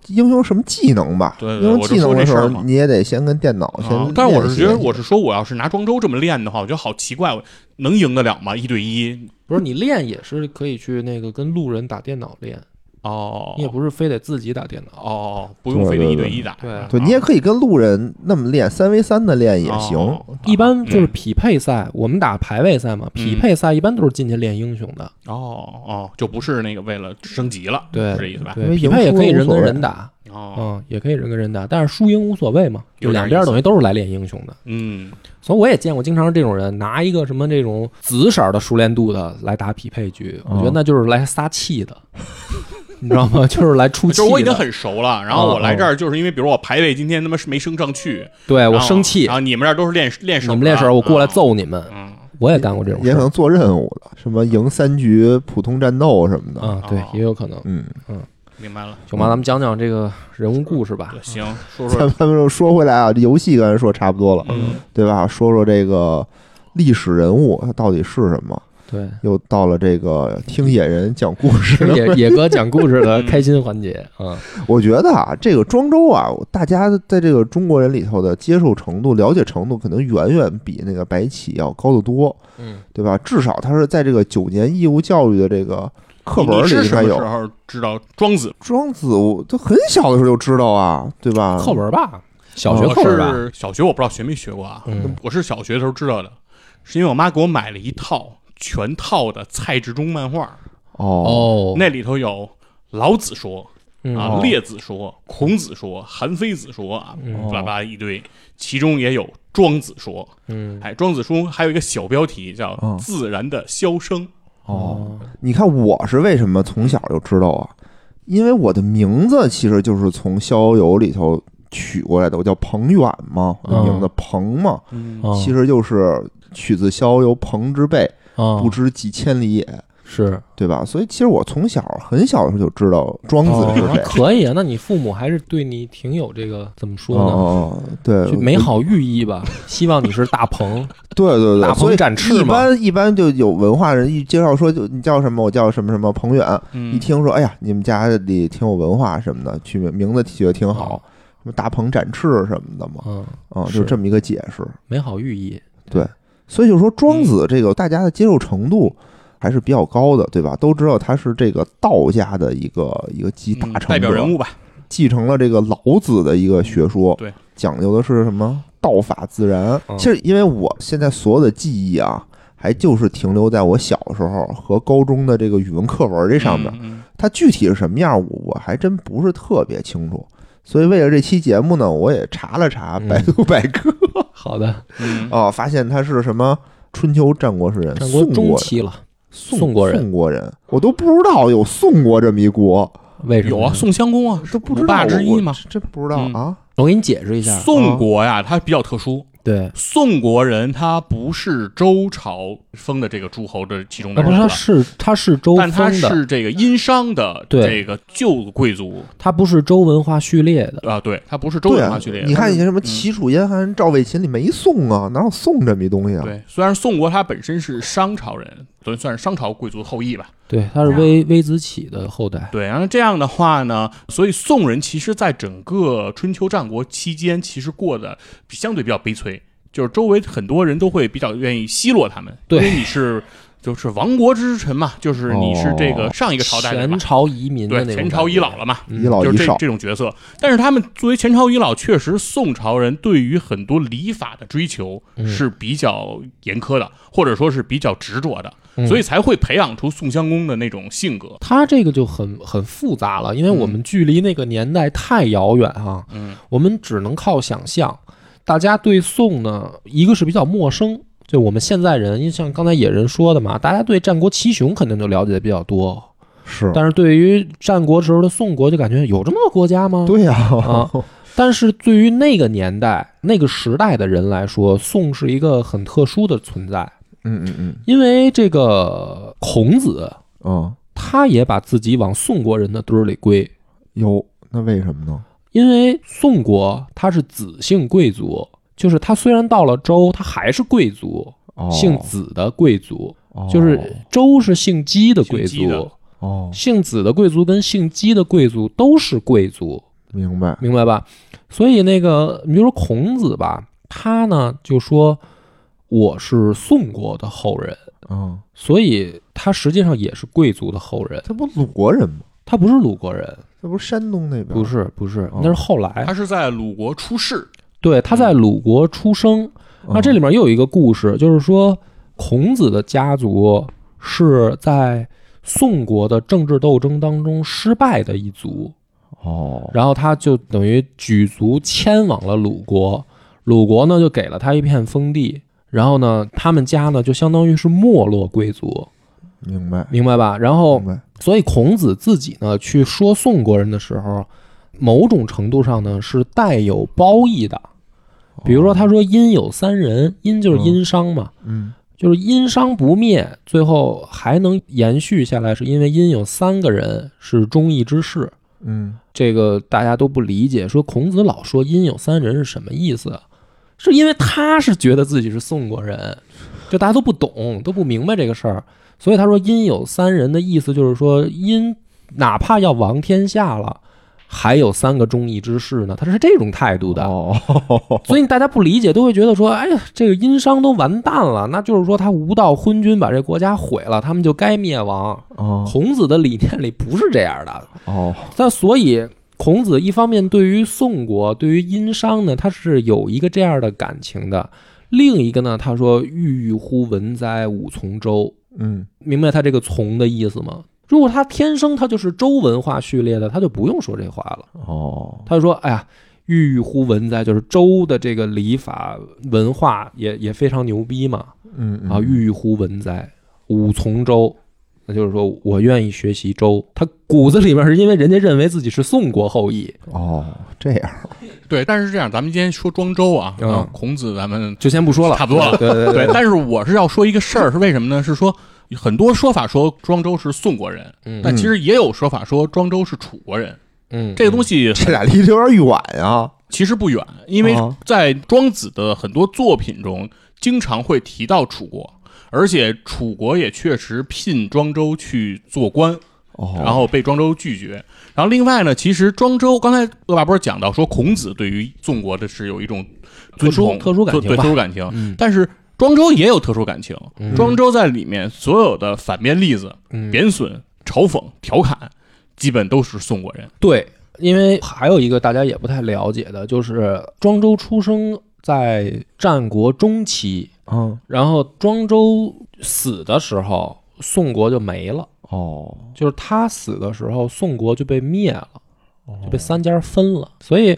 C: 英雄什么技能吧？
B: 对对
C: 英雄技能的时
B: 我就说这事
C: 候
B: 儿嘛，
C: 你也得先跟电脑先
B: 啊
C: 练习。
B: 但是我是觉得，我是说，我要是拿庄周这么练的话，我觉得好奇怪，我能赢得了吗？一对一
A: 不是你练也是可以去那个跟路人打电脑练，
B: 哦
A: 你也不是非得自己打电脑。
B: 哦，不用非得一对一打，啊
A: 对对对
C: 对你也可以跟路人那么练，三 v 三的练也行。
B: 哦
A: 一般就是匹配赛，我们打排位赛嘛，
B: 嗯
A: 匹配赛一般都是进去练英雄的。
B: 哦哦，就不是那个为了升级了，
A: 对
B: 是这意思吧？
C: 因
A: 对，
C: 为
A: 匹配也可以人跟人
C: 赢输赢无啊
A: 打，
B: 哦，
A: 嗯，也可以人跟人打，但是输赢无所谓嘛，
B: 有
A: 就
B: 点
A: 两边
B: 意思
A: 等于都是来练英雄的。
B: 嗯，
A: 所以我也见过经常这种人拿一个什么这种紫色的熟练度的来打匹配局，我觉得
C: 嗯
A: 那就是来撒气的， [LAUGHS] 你知道吗？就是来出
B: 就
A: 气
B: 是
A: 的。
B: 我已经很熟了，然后
A: 哦
B: 我来这儿就是因为，比如我排位今天他妈是没升上去，
A: 对我
B: 然后
A: 生气
B: 然，后你们这儿都是练练手
A: 你
B: 的，
A: 们练手，我过来
B: 啊，
A: 揍你们。
B: 嗯，
A: 我也干过这种
C: 也
A: 事儿
C: 可能做任务的，什么赢三局普通战斗什么的。
A: 啊，对
B: 哦，
A: 也有可能。
C: 嗯，
B: 明白了，
A: 行吧，咱们讲讲这个人物故事吧。
B: 对行，
A: [LAUGHS]
B: 说
C: 咱
B: 说，
C: 咱们说回来啊，这游戏刚才说差不多了，
B: 嗯
C: 对吧？说说这个历史人物他到底是什么？
A: 对，
C: 又到了这个听野 [LAUGHS] 人讲故事
A: 是
C: 的
A: 野野哥讲故事的
B: 嗯
A: 开心环节啊，
C: 我觉得啊，这个庄周啊，大家在这个中国人里头的接受程度、了解程啊度，可能远远比那个白起要高得多，
A: 嗯，
C: 对吧？至少他是在这个九年义务教育的这个课
B: 你
C: 本
B: 你
C: 里
B: 是
C: 应
B: 什
C: 该
B: 么时
C: 有。
B: 候知道庄子？
C: 庄子，我都很小的时候就知道啊，对吧？
A: 课文吧，小学
C: 哦
B: 我
A: 课文吧，
B: 是小学，我不知道学没学过啊，
A: 嗯
B: 我是小学的时候知道的，是因为我妈给我买了一套全套的蔡志忠漫画，
C: 哦，
A: 哦，
B: 那里头有《老子说》
A: 嗯
B: 啊
C: 哦，
B: 列子说、孔子说、韩非子说啊
A: 嗯，
B: 巴拉巴拉一堆，其中也有庄子说。
A: 嗯，
B: 哎，庄子书还有一个小标题叫
C: 嗯
B: 《自然的箫声》，
C: 哦，你看我是为什么从小就知道啊？因为我的名字其实就是从《逍遥游》里头取过来的，我叫彭远嘛，我的名字彭嘛，
B: 嗯
A: 哦
C: 其实就是取自《逍遥游》彭之辈，
A: 哦
C: 不知几千里也，
A: 是
C: 对吧？所以其实我从小很小的时候就知道庄
A: 哦
C: 子是谁
A: 那。可以啊，那你父母还是对你挺有这个怎么
C: 哦
A: 说呢？
C: 哦，哦对，
B: 呃
A: 就美好寓意吧，希望你是大
B: [LAUGHS]
A: 鹏，
C: 对对
A: 大
C: 对，所
A: 鹏
C: 以
A: 展翅
C: 一
A: 嘛。
C: 般一般就有文化人一介绍说，就你叫什么，我叫什么什么彭远，一
B: 嗯，
C: 听说，哎呀，你们家里挺有文化什么的，取名名字起得挺好，什么大鹏展翅什么的嘛，
A: 嗯，
C: 啊，
A: 是
C: 就这么一个解释。
A: 美好寓意。
C: 所以就说庄子这个大家的接受程度还是比较高的，对吧？都知道他是这个道家的一个一个集大
B: 嗯
C: 成者，
B: 代表人物吧，
C: 继承了这个老子的一个学说，
B: 对，
C: 讲究的是什么道法自然。
A: 嗯
C: 其实，因为我现在所有的记忆啊，还就是停留在我小时候和高中的这个语文课文
A: 嗯
C: 这
B: 这
C: 上面。
B: 面
C: 它具体是什么样，我我还真不是特别清楚。所以为了这期节目呢，我也查了查
A: 嗯
C: 百度百
A: [LAUGHS]
C: 科
A: 好的，
B: 嗯
C: 哦，发现他是什么春秋战国时
B: 呃
C: 人，
A: 战国
C: 宋
A: 中
C: 国
A: 期了，
C: 宋
A: 宋国人
C: 宋国人，我都不知道有宋国这么一国，
A: 为什么
B: 有啊，
A: 呢？
B: 宋襄公啊，
C: 都不知
B: 五
C: 道
B: 霸之一吗
C: 我嗯我真不知道
B: 嗯
C: 啊。
A: 我给你解释一下。
B: 宋国呀，它比较特殊。
A: 对，
B: 宋国人他不是周朝封的这个诸侯的其中
A: 啊，
B: 的
C: 哦
A: 不
B: 人
A: 是，他
B: 了，
A: 是他是周
B: 但他
A: 封的，
B: 是这个殷商的
A: 对
B: 这个旧贵族
A: 他不是周文化序列的。
B: 啊，对，他不是周
C: 对
B: 文
C: 啊
B: 化序，列。
C: 你看以前什么
B: 嗯
C: 齐楚燕韩赵魏秦里没宋啊，哪有宋这么一东西啊？
B: 对，虽然宋国他本身是商朝人，等于算是商朝贵族后裔吧。
A: 对，他是
B: 啊
A: 微微子启的后代。
B: 对，然后这样的话呢，所以宋人其实在整个春秋战国期间，其实过得比相对比较悲催，就是周围很多人都会比较愿意奚落他们，
A: 对
B: 因为你是就是亡国之臣嘛，就是你是这个
C: 哦
B: 上一个朝代的嘛
A: 前，朝遗民的
B: 对，
A: 那种
B: 前朝遗老了嘛。
A: 嗯
C: 遗老
B: 就是
C: 哦遗
B: 这
C: 少，
B: 这种角色，但是他们作为前朝遗老，确实宋朝人对于很多礼法的追求
A: 嗯
B: 是比较严苛的，或者说是比较执着的，
A: 嗯
B: 所以才会培养出宋襄公的那种性格。
A: 它这个就很很复杂了，因为我们距离那个年代太遥远啊，
B: 嗯，
A: 我们只能靠想象。大家对宋呢，一个是比较陌生，就我们现在人，因为像刚才野人说的嘛，大家对战国七雄肯定就了解的比较多，
C: 是
A: 但是对于战国时候的宋国，就感觉有这么个国家吗？
C: 对呀、
A: 啊但是对于那个年代、那个时代的人来说，宋是一个很特殊的存在，
C: [LAUGHS] 嗯嗯嗯
A: 因为这个孔子
C: 嗯，
A: 他也把自己往宋国人的堆儿里归，
C: 有那为什么呢？
A: 因为宋国他是子姓贵族，就是他虽然到了周，他还是贵族，
C: 哦，
A: 姓子的贵族，
C: 哦
A: 就是周是姓姬的贵
B: 姓姬的
A: 族，
C: 哦，
A: 姓子的贵族跟姓姬的贵族都是贵族，
C: 明白
A: 明白吧？所以那个，你比如说孔子吧，他呢就说我是宋国的后人，
C: 嗯，
A: 所以他实际上也是贵族的后人，
C: 他不鲁国人吗？
A: 他不是鲁国人，
C: 这不是山东那边？
A: 不，是不是，
C: 哦
A: 那是后来
B: 啊他，是在鲁国出世，
A: 对，他在鲁国出生。
C: 嗯
A: 那啊这里面又有一个故事，就是说孔子的家族是在宋国的政治斗争当中失败的一族，
C: 哦，
A: 然后他就等于举族迁往了鲁国，鲁国呢就给了他一片封地，然后呢他们家呢就相当于是没落贵族，
C: 明白
A: 明白吧？然后
C: 明白，
A: 所以孔子自己呢去说宋国人的时候，某种程度上呢是带有褒义的，比如说他说“殷有三人”，殷就是殷商嘛。
C: 嗯
A: 就是殷商不灭，最后还能延续下来，是因为殷有三个人是忠义之士，
C: 嗯
A: 这个大家都不理解，说孔子老说“殷有三人”是什么意思？是因为他是觉得自己是宋国人，就大家都不懂，都不明白这个事儿，所以他说“殷有三人”的意思就是说，殷哪怕要亡天下了，还有三个忠义之士呢，他是这种态度的。
C: 哦，
A: 所以大家不理解，都会觉得说，哎呀，这个殷商都完蛋了，那就是说他无道昏君把这国家毁了，他们就该灭亡。
C: 哦
A: 孔子的理念里不是这样的，
C: 哦，
A: 那所以，孔子一方面对于宋国、对于殷商呢，他是有一个这样的感情的；另一个呢，他说“郁郁乎文哉，吾从周
C: 嗯”，
A: 明白他这个“从”的意思吗？如果他天生他就是周文化序列的，他就不用说这话了。
C: 哦，
A: 他就说：“哎呀，郁郁乎文哉，就是周的这个礼法文化也也非常牛逼嘛。
C: 嗯
A: 啊，郁郁乎文哉，吾从周。”那就是说我愿意学习周，他骨子里面是因为人家认为自己是宋国后裔，
C: 哦，这样
B: 对，但是这样，咱们今天说庄周啊，
A: 嗯
B: 啊孔子，咱们
A: 就先不说了，
B: 差不多了
A: 对对对
B: 对，但是我是要说一个事儿，是为什么呢？是说很多说法说庄周是宋国人，
A: 嗯
B: 但其实也有说法说庄周是楚国人。
A: 嗯，
B: 这个东西
C: 这俩离得有点远啊。
B: 其实不远，因为
A: 嗯
C: 啊
B: 在庄子的很多作品中，经常会提到楚国，而且楚国也确实聘庄周去做官，
C: 哦，
B: 然后被庄周拒绝。然后另外呢，其实庄周刚才鄂大波讲到说，孔子对于宋国的是有一种尊崇、
A: 特殊特殊感情
B: 对
A: 吧
B: 特殊感情，
A: 嗯
B: 但是庄周也有特殊感情。
A: 嗯
B: 庄周在里面所有的反面例子、
A: 嗯
B: 贬损、嘲讽、调侃，基本都是宋国人。
A: 对，因为还有一个大家也不太了解的，就是庄周出生在战国中期，
C: 嗯，
A: 然后庄周死的时候，宋国就没了，
C: 哦，
A: 就是他死的时候，宋国就被灭了，就被三家分了，所以。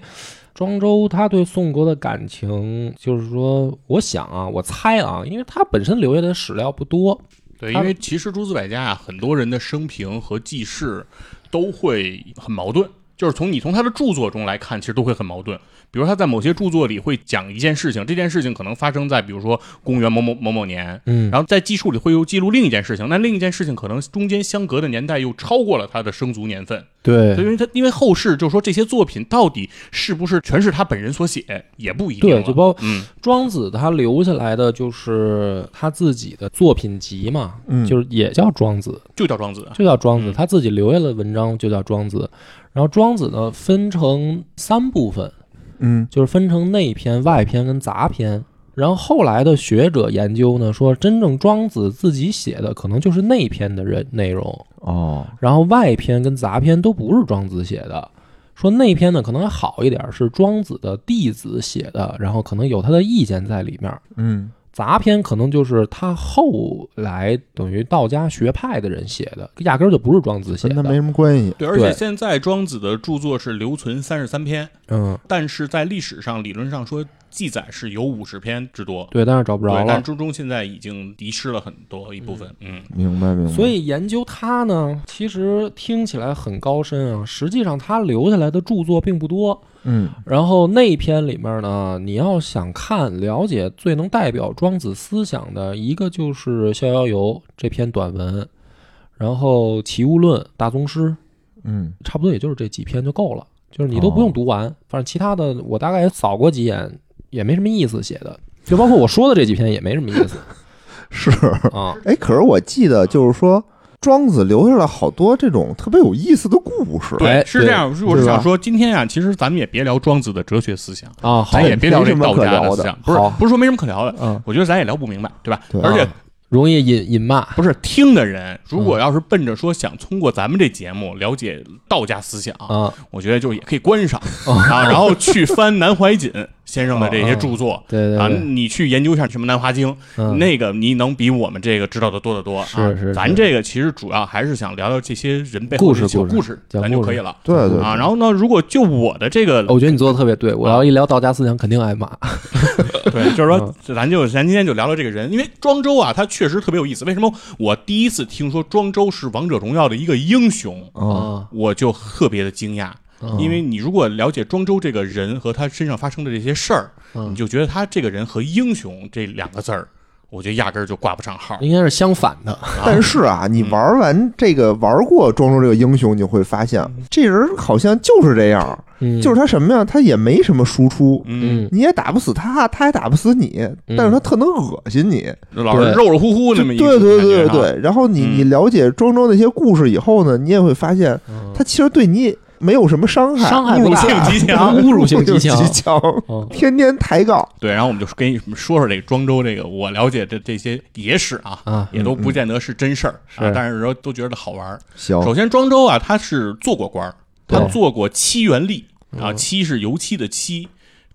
A: 庄周他对宋国的感情，就是说，我想啊，我猜啊，因为他本身留下的史料不多，
B: 对，
A: 他
B: 因为其实诸子百家啊，很多人的生平和记事都会很矛盾，就是从你从他的著作中来看，其实都会很矛盾。比如他在某些著作里会讲一件事情，这件事情可能发生在比如说公元某某某某年，
A: 嗯
B: 然后在记述里会又记录另一件事情，那另一件事情可能中间相隔的年代又超过了他的生卒年份，所以
A: 对
B: 因为他因为后世就说这些作品到底是不是全是他本人所写，也不一定
A: 对，
B: 了
A: 就包
B: 嗯，
A: 庄子他留下来的就是他自己的作品集嘛，
C: 嗯
A: 就是也叫庄子，
B: 就叫庄子，
A: 就叫庄子，
B: 嗯
A: 他自己留下的文章就叫庄子。然后庄子呢分成三部分，
C: 嗯
A: 就是分成内篇、外篇跟杂篇。然后后来的学者研究呢，说真正庄子自己写的可能就是内篇的人内容，
C: 哦，
A: 然后外篇跟杂篇都不是庄子写的。说内篇呢可能还好一点，是庄子的弟子写的，然后可能有他的意见在里面。
C: 嗯
A: 杂篇可能就是他后来等于道家学派的人写的，压根儿就不是庄子写
C: 跟他没
A: 的。
C: 什么关系。
B: 对，而且
A: 对
B: 现在庄子的著作是留存三十三篇。
A: 嗯，
B: 但是在历史上理论上说，记载是有五十篇之多。
A: 对，但是找不着
B: 对，但
A: 了。
B: 中中现在已经遗失了很多一部分。嗯，
C: 明白明白。
A: 所以研究他呢，其实听起来很高深啊，实际上他留下来的著作并不多。
C: 嗯
A: 然后那篇里面呢，你要想看了解最能代表庄子思想的一个就是《逍遥游》这篇短文，然后《齐物论》《大宗师》
C: 嗯
A: 差不多也就是这几篇就够了，就是你都不用读完，反正其他的我大概也扫过几眼，也没什么意思写的，就包括我说的这几篇也没什么意思
C: 是。
A: 啊。
C: 哎，可是我记得就是说，庄子留下了好多这种特别有意思的故事。
A: 对
B: 是这样。我
C: 对
B: 是
C: 吧
B: 想说，今天啊，其实咱们也别聊庄子的哲学思想，
A: 啊，好
B: 咱，也别聊这道家思想，
C: 没
B: 不是
A: 好
B: 不是说没什么可聊的。
C: 嗯，
B: 我觉得咱也聊不明白，对吧？
C: 对
B: 而且
A: 啊容易引引骂，
B: 不是听的人，如果要是奔着说想通过咱们这节目了解道家思想，
A: 啊，
B: 我觉得就也可以观赏啊，然后去翻南怀瑾先生的这些著作
A: 对对
B: 啊，
A: 对，
B: 你去研究一下什么《南华经》，
A: 嗯，
B: 那个你能比我们这个知道的多得多。
A: 是
B: 啊
A: 是是
B: 咱这个其实主要还是想聊聊这些人背后
A: 故事
B: 的小
A: 故事
B: 故事，
A: 讲
B: 咱
A: 故
B: 就
A: 事
B: 可以了。
C: 对对哦
B: 啊，然后呢，如果就我的这个，
A: 我觉得你做的特别对，
B: 啊
A: 我要一聊道家思想肯定挨骂。
B: 对，就是说，
A: 嗯
B: 咱就咱今天就聊聊这个人，因为庄周啊，他确实特别有意思。为什么我第一次听说庄周是王者荣耀的一个英雄，
C: 哦，
A: 啊，
B: 我就特别的惊讶，
A: 嗯
B: 因为你如果了解庄周这个人和他身上发生的这些事儿，
A: 嗯
B: 你就觉得他这个人和英雄这两个字儿，我觉得压根儿就挂不上号。
A: 应该是相反的，
C: 但是啊，
A: 嗯
C: 你玩完这个玩过庄周这个英雄，你会发现这人好像就是这样，
A: 嗯
C: 就是他什么呀，他也没什么输出，
B: 嗯，
A: 嗯，
C: 你也打不死他，他也打不死你，但是他特能恶心你。
B: 老是肉肉乎乎那么一个
C: 对对
B: 感觉
C: 对
B: 哈
C: 对，然后你
B: 嗯
C: 你了解庄周那些故事以后呢，你也会发现
A: 嗯
C: 他其实对你没有什么伤害，
A: 伤害
B: 侮
A: 不
B: 辱
A: 大
B: 性极强
A: [LAUGHS] 侮辱性
C: 性 [LAUGHS]
A: 极
C: 极
A: 强。
C: 强，
A: 嗯
C: 天天抬杠。
B: 对，然后我们就跟你说说这个庄周这个我了解的这些野史啊，
A: 啊，
B: 也都不见得是真事儿、
A: 嗯
B: 啊
A: 是，
B: 但是说都觉得好玩儿。
C: 行
B: 首先，庄周啊，他是做过官儿，
A: 对
B: 他做过漆园吏啊，漆是油漆的漆。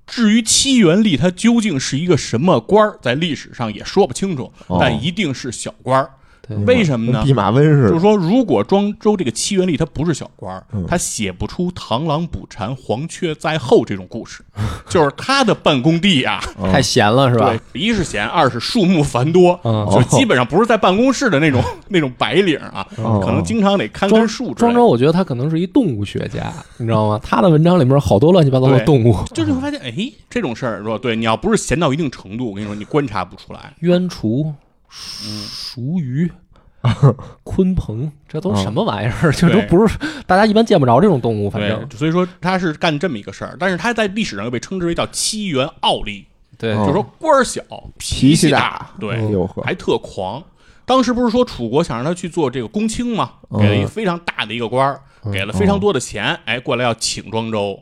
B: 至于漆园吏他究竟是一个什么官儿，在历史上也说不清楚
C: 哦，
B: 但一定是小官儿。
A: 对
B: 为什么呢
C: 跟弼马温似
B: 就是
C: 的，
B: 说，如果庄周这个七元里他不是小官儿
C: 嗯，
B: 他写不出“螳螂捕蝉，黄雀在后”这种
A: [LAUGHS]
B: 故事。就是他的办公地啊，
A: 太闲了是吧
B: 对？，一是闲，二是树木繁多，
A: 嗯哦
B: 就基本上不是在办公室的那种 [LAUGHS] 那种白领啊，
C: 哦
B: 可能经常得看
A: 庄
B: 看树之类
A: 庄
B: 的。
A: 周，我觉得他可能是一动物学家，你知道吗？他的文章里面好多乱七八糟的
B: 嗯对
A: 动物，
B: 就是会发现，哎，这种事儿说，对，你要不是闲到一定
A: [LAUGHS]
B: 程度，我跟你说，你观察不出来。
A: 冤雏、熟
B: [LAUGHS]
A: 鱼、鲲鹏，这都什么玩意儿？这都
B: 嗯对
A: 不是大家一般见不着这种动物，反
B: 对
A: 正，
B: 所以说他是干这么一个事儿，但是他在历史上又被称之为叫七元傲吏，
A: 对
C: 哦
B: 就是说官儿小，
C: 脾
B: 气
C: 气
B: 大，对，
A: 哦
C: 哎呦呵，
B: 还特狂。当时不是说楚国想让他去做这个公卿吗？
C: 嗯
B: 给了一非常大的一个官儿，给了非常多的钱，哎，过来要请庄周。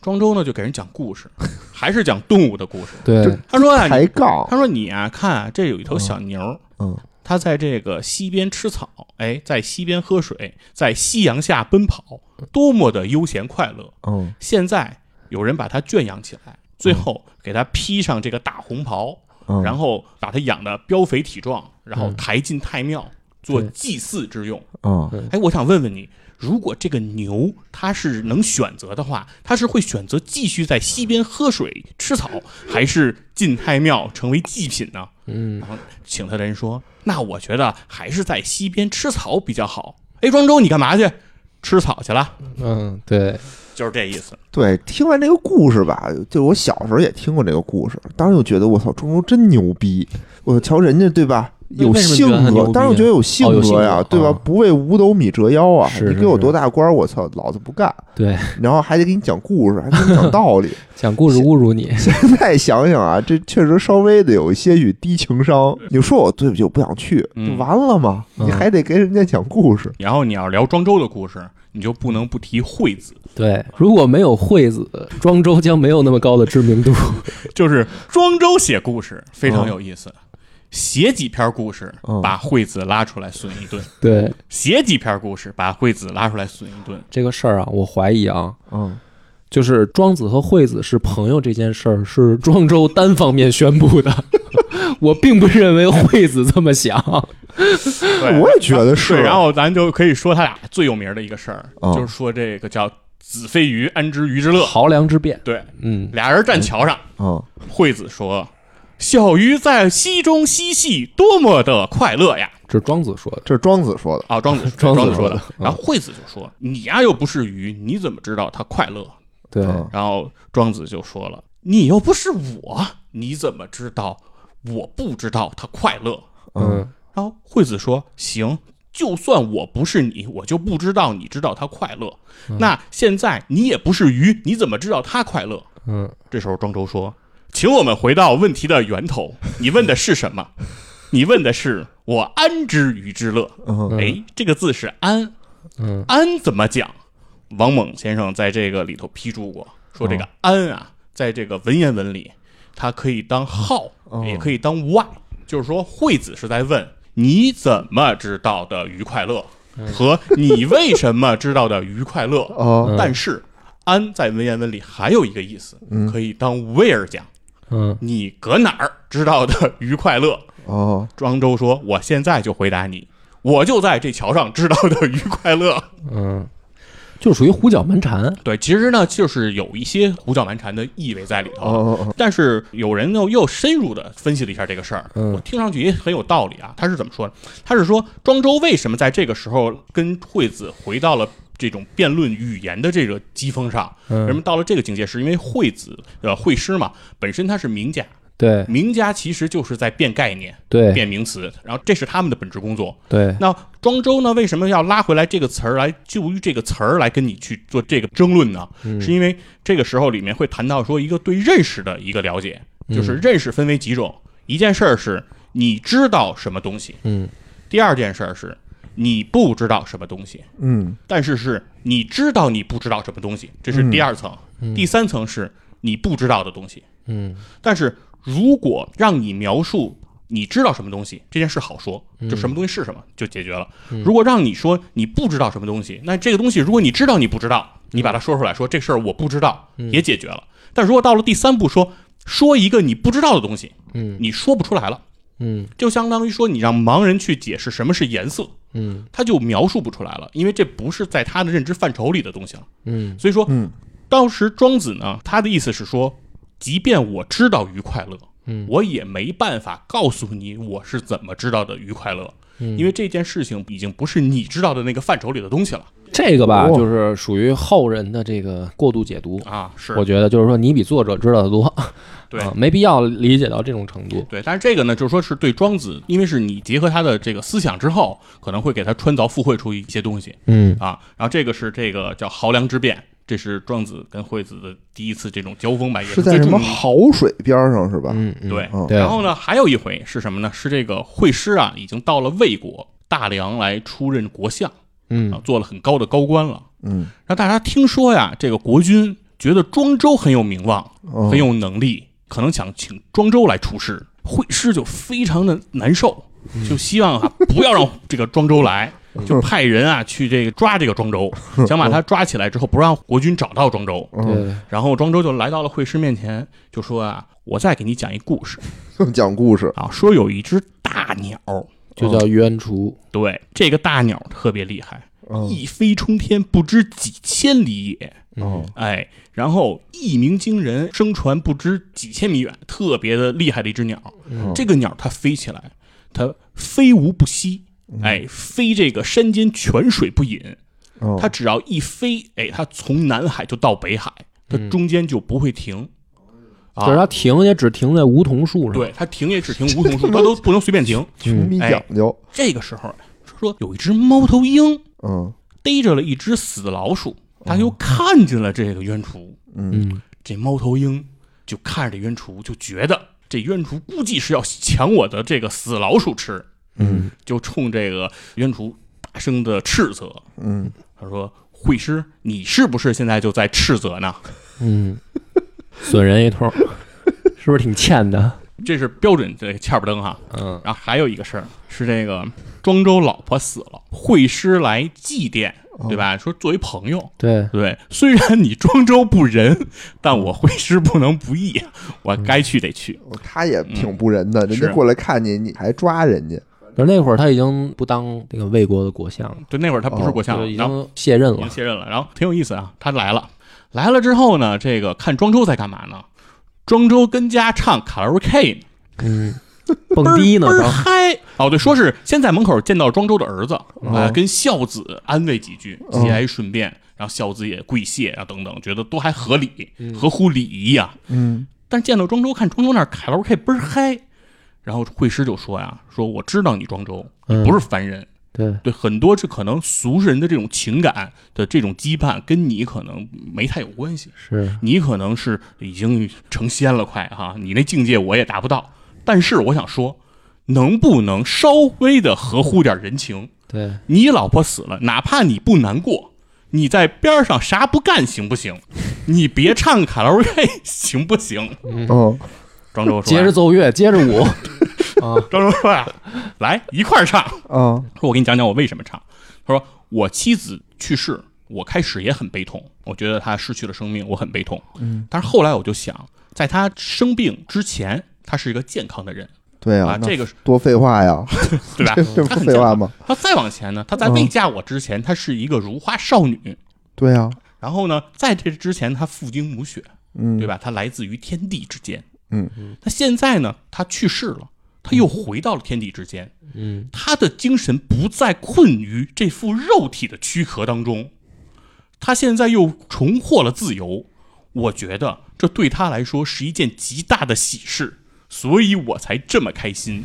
B: 庄周呢就给人讲故事， [LAUGHS] 还是讲动物的故事。
A: 对
B: 他说啊，
C: 抬
B: 你
C: 杠，
B: 他说你啊，看啊这有一头小牛儿，
C: 嗯，
B: 它在这个溪边吃草，哎，在溪边喝水，在夕阳下奔跑，多么的悠闲快乐。
C: 嗯，
B: 现在有人把它圈养起来，最后给它披上这个大红袍，
C: 嗯
B: 然后把它养得膘肥体壮，然后抬进太庙做祭祀之用。
C: 嗯
B: 哎，我想问问你，如果这个牛它是能选择的话，它是会选择继续在溪边喝水吃草，还是进太庙成为祭品呢？
A: 嗯，
B: 然后请他的人说：“那我觉得还是在溪边吃草比较好。”哎，庄周，你干嘛去？吃草去了，
A: 嗯，对，
B: 就是这意思。
C: 对，听完这个故事吧，就我小时候也听过这个故事，当时就觉得我操，中州真牛逼！我瞧人家对吧，
A: 那
C: 有
A: 为什么
C: 性
A: 觉得他牛
C: 格，
A: 逼
C: 当时我觉得有性
A: 哦有性
C: 格呀，
A: 格
C: 对吧？
A: 啊
C: 不为五斗米折腰啊！
A: 是
C: 你
A: 是
C: 给我
A: 是
C: 多大官儿，我操，老子不干！
A: 对，
C: 然后还得给你讲故事，还给你讲道理。 [LAUGHS]
A: 讲故事侮辱你，
C: 现在想想啊，这确实稍微的有一些许低情商。你说我对不起，我不想去，
B: 嗯
C: 就完了嘛？
A: 嗯
C: 你还得给人家讲故事，
B: 然后你要聊庄周的故事，你就不能不提惠子。
A: 对，如果没有惠子，庄周将没有那么高的知名度。
B: 就是庄周写故事非常有意思，写几篇故事
C: 嗯
B: 把惠子拉出来损一顿，
A: 对
B: 写几篇故事把惠子拉出来损一顿。
A: 这个事儿啊，我怀疑啊，
C: 嗯，
A: 就是庄子和惠子是朋友这件事儿是庄周单方面宣布的， [LAUGHS] 我并不认为惠子这么想。
B: 对
C: 我也觉得是啊
B: 对，然后咱就可以说他俩最有名的一个事儿，
C: 嗯
B: 就是说这个叫子非鱼，安知鱼之乐？
A: 濠梁之变，
B: 对，
A: 嗯，
B: 俩人站桥上，
C: 嗯
B: 惠子说：“小鱼在溪中嬉戏，多么的快乐呀
A: 这是庄子说的。
C: 这是庄子说的！”。
B: 啊，庄子
A: 庄子
B: 子说
A: 说的嗯
B: 然后惠子就说：“你呀又不是鱼，你怎么知道它快乐
A: 对，
C: 嗯？”
B: 然后庄子就说了：“你又不是我，你怎么知道我不知道它快乐
A: 嗯，？”
B: 然后惠子说：“行。”就算我不是你，我就不知道你知道它快乐。那现在你也不是鱼，你怎么知道它快乐？
A: 嗯，
B: 这时候庄周说：“请我们回到问题的源头，你问的是什么？你问的是我安知鱼之乐？
C: 嗯
B: 哎，这个字是安，
A: 嗯，
B: 安怎么讲？王猛先生在这个里头批注过，说这个安啊，在这个文言文里，它可以当号，
C: 哦
B: 也可以当 why，就是说惠子是在问你怎么知道的鱼快乐，和你为什么知道的鱼快乐。
C: [LAUGHS]
A: 嗯
C: 哦
B: 但是安在文言文里还有一个意思，可以当 where 讲。
A: 嗯，
B: 你搁哪儿知道的鱼快乐？
C: 哦，
B: 庄周说：“我现在就回答你，我就在这桥上知道的鱼快乐。
A: 嗯，就属于胡搅蛮缠。”
B: 对，其实呢，就是有一些胡搅蛮缠的意味在里头。
C: 哦哦哦
B: 但是有人呢又深入的分析了一下这个事儿，
A: 嗯
B: 我听上去也很有道理啊。他是怎么说呢？他是说庄周为什么在这个时候跟惠子回到了这种辩论语言的这个机锋上？
A: 嗯
B: 人们到了这个境界，是因为惠子呃惠施嘛，本身他是名家，
A: 对
B: 名家其实就是在变概念、
A: 对
B: 变名词，然后这是他们的本职工作。
A: 对，
B: 那庄周呢，为什么要拉回来这个词儿来，就于这个词儿来跟你去做这个争论呢？是因为这个时候里面会谈到说一个对认识的一个了解，就是认识分为几种，一件事儿是你知道什么东西，
A: 嗯，
B: 第二件事儿是你不知道什么东西，
C: 嗯
B: 但是是你知道你不知道什么东西，这是第二层，第三层是你不知道的东西。
A: 嗯，
B: 但是如果让你描述你知道什么东西，这件事好说，就什么东西是什么就解决了。如果让你说你不知道什么东西，那这个东西如果你知道你不知道，你把它说出来，说这事儿我不知道，也解决了。但如果到了第三步说说一个你不知道的东西，
A: 嗯，
B: 你说不出来了，
A: 嗯
B: 就相当于说你让盲人去解释什么是颜色，
A: 嗯
B: 他就描述不出来了，因为这不是在他的认知范畴里的东西了。
A: 嗯
B: 所以说，
C: 嗯
B: 当时庄子呢，他的意思是说，即便我知道愉快乐，
A: 嗯，
B: 我也没办法告诉你我是怎么知道的愉快乐，
A: 嗯
B: 因为这件事情已经不是你知道的那个范畴里的东西了
A: 这个吧，
C: 哦
A: 就是属于后人的这个过度解读。
B: 啊。是
A: 我觉得就是说，你比作者知道的多，
B: 对
A: 啊没必要理解到这种程度。
B: 对，但是这个呢，就是说是对庄子，因为是你结合他的这个思想之后，可能会给他穿凿附会出一些东西
A: 嗯
B: 啊。然后这个是这个叫濠梁之变，这是庄子跟惠子的第一次这种交锋吧，也
C: 是在
B: 最
C: 什
B: 著
C: 么
B: 名。
C: 好水边上是吧？
A: 嗯，嗯
B: 对，
C: 嗯
A: 对
B: 然后呢，还有一回是什么呢？是这个惠施啊，已经到了魏国大梁来出任国相啊
A: 嗯，
B: 做了很高的高官了。
C: 嗯，
B: 然后大家听说呀，这个国君觉得庄周很有名望，
C: 哦
B: 很有能力，可能想请庄周来出仕，惠施就非常的难受，就希望啊不要让这个庄周来，就派人啊去这个抓这个庄周，想把他抓起来之后不让国君找到庄周。
A: 对对，
B: 然后庄周就来到了惠施面前，就说啊，我再给你讲一故事
C: 嗯，讲故事，
B: 啊，说有一只大鸟，
A: 就叫冤雏。
B: 对，这个大鸟特别厉害，
C: 嗯
B: 一飞冲天，不知几千里也。
C: 哦，
B: 哎，然后一鸣惊人，声传不知几千米远，特别的厉害的一只鸟。
A: 嗯
B: 这个鸟它飞起来，它飞无不息，哎，飞这个山间泉水不饮。
C: 哦
B: 它只要一飞，哎，它从南海就到北海，它中间就不会停。
A: 就是
B: 啊，
A: 它停也只停在梧桐树上。，
B: 对，它停也只停梧桐树，它都不能随便停。
C: 穷逼
B: 哎
C: 讲究，
B: 这个时候，说有一只猫头鹰
C: 嗯
B: 逮着了一只死老鼠，它就看见了这个冤雏。
C: 嗯
A: 嗯
B: 这猫头鹰就看着这冤雏，就觉得这冤雏估计是要抢我的这个死老鼠吃，
A: 嗯
B: 就冲这个冤雏大声的斥责。
C: 嗯，
B: 他说：“惠师，你是不是现在就在斥责呢
A: 嗯， [LAUGHS] 损人一通， [LAUGHS] 是不是挺欠的？？”
B: 这是标准这个欠不登哈。
A: [LAUGHS] 嗯
B: 然后还有一个事儿是这个庄周老婆死了，惠师来祭奠，对吧？说作为朋友，
A: 对，
B: 对，虽然你庄周不仁，但我惠师不能
A: [LAUGHS]
B: 不义，啊我该去得去。
C: 他也挺不仁的，人家
B: 是
C: 过来看你，你还抓人家，
A: 可是那会儿他已经不当这个魏国的国相了，
B: 就那会儿他不是
C: 哦
B: 国相
A: 就
B: 了，
A: 已
B: 然后
A: 经卸任
B: 已经
A: 了。
B: 卸任了。然后挺有意思啊，他来了，来了之后呢，这个看庄周在干嘛呢？庄周跟家唱卡拉 OK 呢， [LAUGHS]
A: 嗯，
B: 倍
A: 蹦
B: 儿
A: 迪呢
B: 倍，儿
A: 当
B: 嗨。哦，对，说是先在门口见到庄周的儿子，啊，
C: 哦
B: 跟孝子安慰几句，
C: 哦
B: 节哀顺变，然后孝子也跪谢啊，等等，觉得都还合理，
A: 嗯
B: 合乎礼仪啊呀、
C: 嗯
B: 但是见到庄周，看庄周那儿卡拉 OK 倍儿嗨，然后惠施就说呀：“说我知道你庄周，
A: 嗯
B: 不是凡人，
A: 对，
B: 对，很多是可能俗人的这种情感的这种羁绊，跟你可能没太有关系。
A: 是，
B: 你可能是已经成仙了快，哈、你那境界我也达不到。但是我想说，能不能稍微的合乎点人情？
A: 对，
B: 你老婆死了，哪怕你不难过，你在边儿上啥不干行不行？你别唱卡拉 OK 行不行？ [LAUGHS]
C: 嗯，
B: 庄周说
A: 接
B: 呀、
A: 着奏乐，接着
B: [LAUGHS]
A: 舞。啊，
B: 庄周说呀、来一块儿唱。
C: 啊，
B: 说我给你讲讲我为什么唱。他说我妻子去世，我开始也很悲痛，我觉得她失去了生命，我很悲痛。
C: 嗯，
B: 但是后来我就想，在她生病之前，她是一个健康的人
C: 对
B: 啊，
C: 啊，
B: 这
C: 那
B: 个
C: [LAUGHS]
B: 是
C: 多废话呀，
B: [LAUGHS] 对吧？
C: 这
B: 她
C: 不
B: 很
C: 废
B: 健
C: 话
B: [LAUGHS] 康。
C: 嗯吗？
B: 她再往前呢，她在未嫁我之前，她是一个如花少女。
C: 对啊，
B: 然后呢，在这之前，她父精母血，
C: 嗯，
B: 对吧？她来自于天地之间。
C: 嗯，
B: 那现在呢，她去世了，她又回到了天地之间。
A: 嗯
B: 他的精神不再困于这副肉体的躯壳当中，他现在又重获了自由。我觉得这对他来说是一件极大的喜事，所以我才这么开心，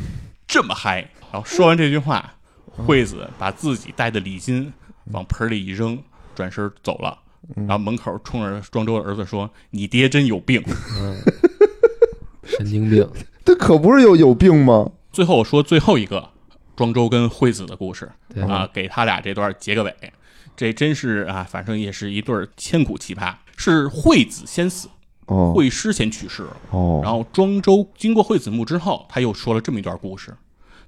B: 这么嗨。然后说完这句话，惠子把自己带的礼金往盆里一扔，转身走了。然后门口冲着庄周的儿子说：“你爹真有病。”
A: 嗯，神经
B: [LAUGHS]
A: 病。
C: 这可不是有有病吗？
B: 最后我说最后一个庄周跟惠子的故事
A: 对
B: 啊，给他俩这段结个尾。这真是啊，反正也是一对儿千古奇葩。是惠子先死，
C: 哦
B: 惠施先去世，然
C: 哦，
B: 后庄周经过惠子墓之后，他又说了这么一段故事。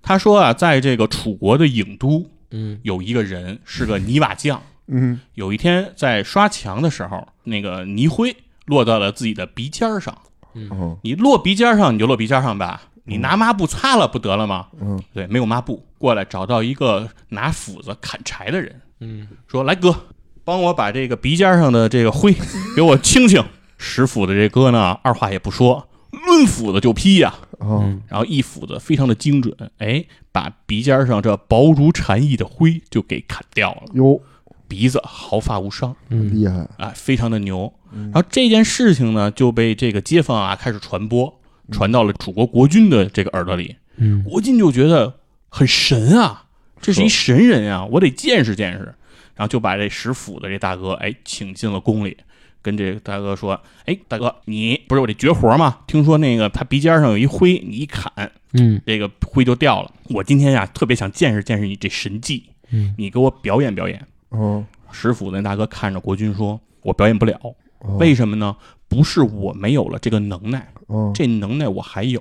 B: 他说啊，在这个楚国的郢都
A: 嗯
B: 有一个人是个泥瓦匠，
C: 嗯
B: 有一天在刷墙的时候，那个泥灰落到了自己的鼻尖儿上。
C: 嗯
B: 你落鼻尖儿上，你就落鼻尖儿上吧，你拿抹布擦了不得了吗？
C: 嗯，
B: 对，没有抹布，过来找到一个拿斧子砍柴的人，
A: 嗯，
B: 说：“来哥，帮我把这个鼻尖上的这个灰 [LAUGHS] 给我清清。”使斧的这哥呢，二话也不说，抡斧子就劈呀、
C: 哦，
B: 然后一斧子非常的精准，哎，把鼻尖上这薄如蝉翼的灰就给砍掉了，
C: 哟，
B: 鼻子毫发无伤，
A: 嗯
C: 厉害，
B: 哎，非常的牛。
C: 嗯
B: 然后这件事情呢，就被这个街坊啊开始传播，传到了楚国国君的这个耳朵里。
A: 嗯
B: 国君就觉得很神啊，这是一神人啊，我得见识见识。然后就把这食府的这大哥，哎，请进了宫里，跟这大哥说：“哎，大哥，你不是我这绝活吗？听说那个他鼻尖上有一灰，你一砍，
A: 嗯
B: 这个灰就掉了。我今天呀、特别想见识见识你这神技，
A: 嗯
B: 你给我表演表演。”
C: 哦，
B: 食府的那大哥看着国君说：“我表演不了，
C: 哦
B: 为什么呢？不是我没有了这个能耐，
C: 哦，
B: 这能耐我还有，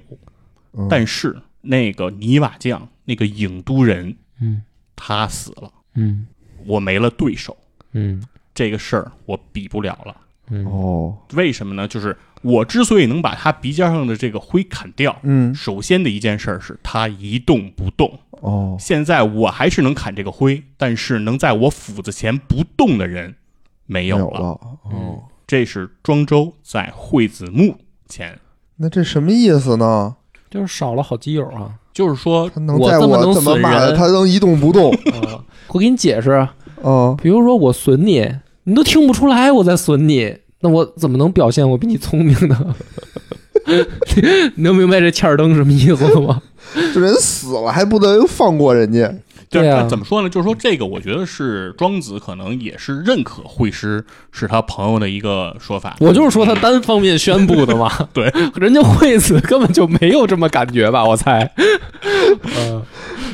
C: 嗯
B: 但是那个泥瓦匠，那个郢都人，
A: 嗯
B: 他死了，
A: 嗯
B: 我没了对手，
A: 嗯
B: 这个事儿我比不了了。
A: 嗯
C: 哦，
B: 为什么呢？就是我之所以能把他鼻尖上的这个灰砍掉，
C: 嗯，
B: 首先的一件事儿是他一动不动。
C: 哦，
B: 现在我还是能砍这个灰，但是能在我斧子前不动的人没
C: 没
B: 有
C: 有
B: 了。
C: 了，
A: 嗯
C: 哦，
B: 这是庄周在惠子墓前，
C: 那这什么意思呢？
A: 就是少了好基友啊。
B: 就是说
C: 他能
A: 我
C: 在
A: 这么能
C: 怎么
A: 损
C: 骂
A: 人
C: 他能一动
B: [LAUGHS]
C: 不动？
B: 哦
A: 啊我给你解释，啊
C: 哦，
A: 比如说我损你，你都听不出来我在损你，那我怎么能表现我比你聪明呢？ [LAUGHS] 你能明白这欠儿灯什么意思
B: [LAUGHS]
A: 吗？
C: 这人死了还不能放过人 [LAUGHS] 家？
A: 对啊
B: 但怎么说呢？就是说这个，我觉得是庄子可能也是认可惠施是他朋友的一个说法。嗯
A: 我就是说他单方面宣布的嘛。
B: [LAUGHS] 对，
A: 人家惠子根本就没有这么感觉吧？我猜。嗯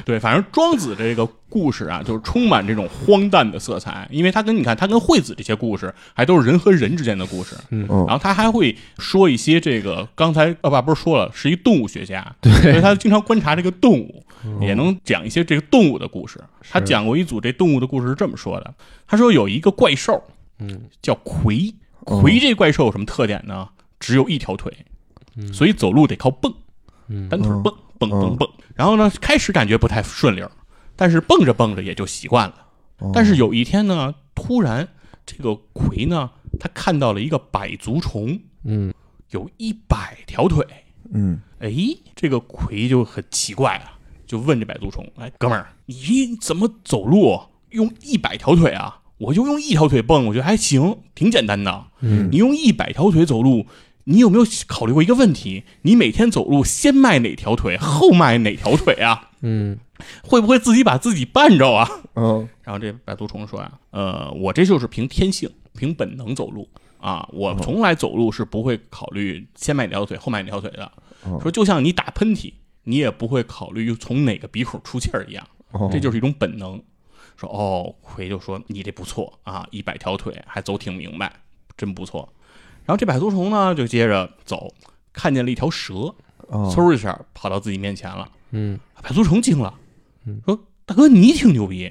B: 对，反正庄子这个故事啊，就是充满这种荒诞的色彩，因为他跟你看，他跟惠子这些故事还都是人和人之间的故事。
C: 嗯
B: 然后他还会说一些这个，刚才恶爸不是说了，是一动物学家，对，所以他经常观察这个动物，
A: 嗯
B: 也能讲一些这个动物的故事。他讲过一组这动物的故事是这么说的，他说有一个怪兽，
A: 嗯
B: 叫魁。
C: 嗯
B: 魁这怪兽有什么特点呢？只有一条腿，
A: 嗯
B: 所以走路得靠蹦，
A: 嗯
B: 单腿
C: 嗯
B: 蹦蹦蹦
C: 嗯
B: 蹦。然后呢，开始感觉不太顺溜儿，但是蹦着蹦着也就习惯了。
C: 哦嗯
B: 但是有一天呢，突然这个魁呢，他看到了一个百足虫，
A: 嗯
B: 有一百条腿。
C: 嗯，
B: 哎，这个魁就很奇怪了，就问这百足虫：“哎，哥们儿，你怎么走路用一百条腿啊？我就用一条腿蹦，我觉得还行，挺简单的。
A: 嗯
B: 你用一百条腿走路，你有没有考虑过一个问题？你每天走路先迈哪条腿，后迈哪条腿啊？
A: 嗯
B: 会不会自己把自己绊着啊？
C: 嗯，
B: 然后这百足虫说啊，呃，我这就是凭天性、凭本能走路啊，
C: 哦
B: 我从来走路是不会考虑先迈哪条腿，后迈哪条腿的。
C: 哦
B: 说就像你打喷嚏，你也不会考虑从哪个鼻孔出气儿一样。
C: 哦
B: 这就是一种本能。说哦，奎就说你这不错啊，一百条腿还走挺明白，真不错。然后这百足虫呢就接着走，看见了一条蛇，
C: 哦
B: 嗖一下跑到自己面前了。
A: 嗯
B: 百足虫惊了
A: 嗯，
B: 说大哥你挺牛逼，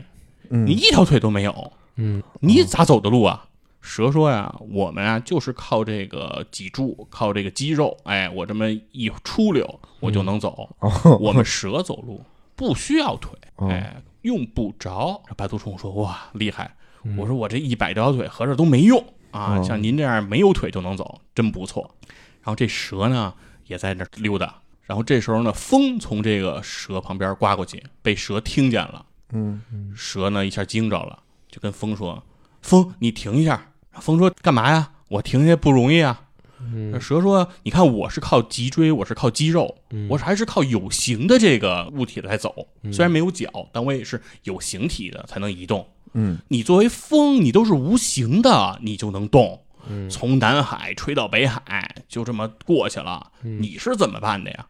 C: 嗯
B: 你一条腿都没有，
A: 嗯
B: 你咋走的路啊？蛇说呀，我们啊就是靠这个脊柱，靠这个肌肉，哎，我这么一出溜，我就能走。
C: 哦
B: 我们蛇走路不需要腿，
C: 哦
B: 哎，用不着。白头虫说：“哇，厉害！”我说：“我这一百条腿合着都没用啊，
C: 哦
B: 像您这样没有腿就能走，真不错。”然后这蛇呢也在那儿溜达，然后这时候呢，风从这个蛇旁边刮过去，被蛇听见了，
C: 嗯
B: 蛇呢一下惊着了，就跟风说：“风，你停一下。”风说：“干嘛呀？我停下不容易啊。”
A: 嗯
B: 蛇说：“你看，我是靠脊椎，我是靠肌肉，
A: 嗯
B: 我是还是靠有形的这个物体来走。虽然没有脚，但我也是有形体的才能移动。
C: 嗯
B: 你作为风，你都是无形的，你就能动。
A: 嗯
B: 从南海吹到北海，就这么过去了。你是怎么办的呀？”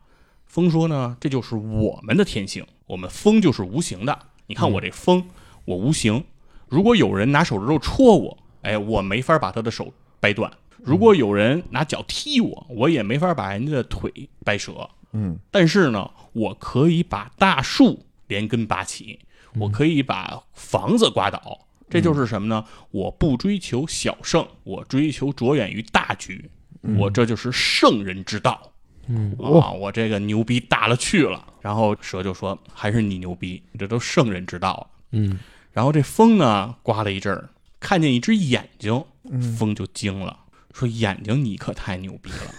B: 风说：“呢，这就是我们的天性，我们风就是无形的。你看我这风，我无形。如果有人拿手指头戳我，哎，我没法把他的手掰断。”如果有人拿脚踢我，我也没法把人家的腿掰折。
C: 嗯
B: 但是呢，我可以把大树连根拔起，我可以把房子刮倒。这就是什么呢？我不追求小胜，我追求着眼于大局。我这就是圣人之道。
A: 嗯
B: 啊，我这个牛逼大了去了。然后蛇就说：“还是你牛逼，这都圣人之道啊。
A: 嗯，”
B: 然后这风呢，刮了一阵儿，看见一只眼睛，
C: 嗯
B: 风就惊了，说：“眼睛你可太牛逼了！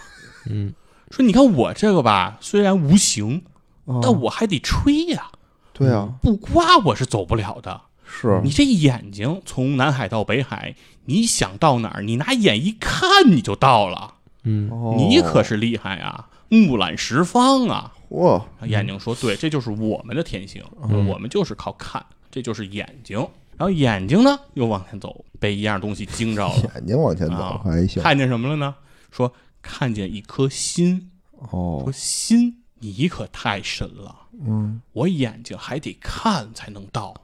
A: 嗯，
B: 说你看我这个吧，虽然无形，
C: 啊
B: 但我还得吹呀，
C: 对啊，
B: 不刮我是走不了的。
C: 是
B: 你这眼睛从南海到北海，你想到哪儿，你拿眼一看你就到了，
A: 嗯，
C: 哦
B: 你可是厉害啊，目览十方啊！”
C: 嚯，
B: 眼睛说：“对，这就是我们的天性，
A: 嗯
B: 我们就是靠看，这就是眼睛。然后眼睛呢，又往前走，被一样东西惊
C: [LAUGHS]
B: 着了，
C: 眼睛往前走
B: 啊
C: 还行
B: 看见什么了呢？说看见一颗心，
C: 哦
B: 说，心，你可太神了，
C: 嗯
B: 我眼睛还得看才能到，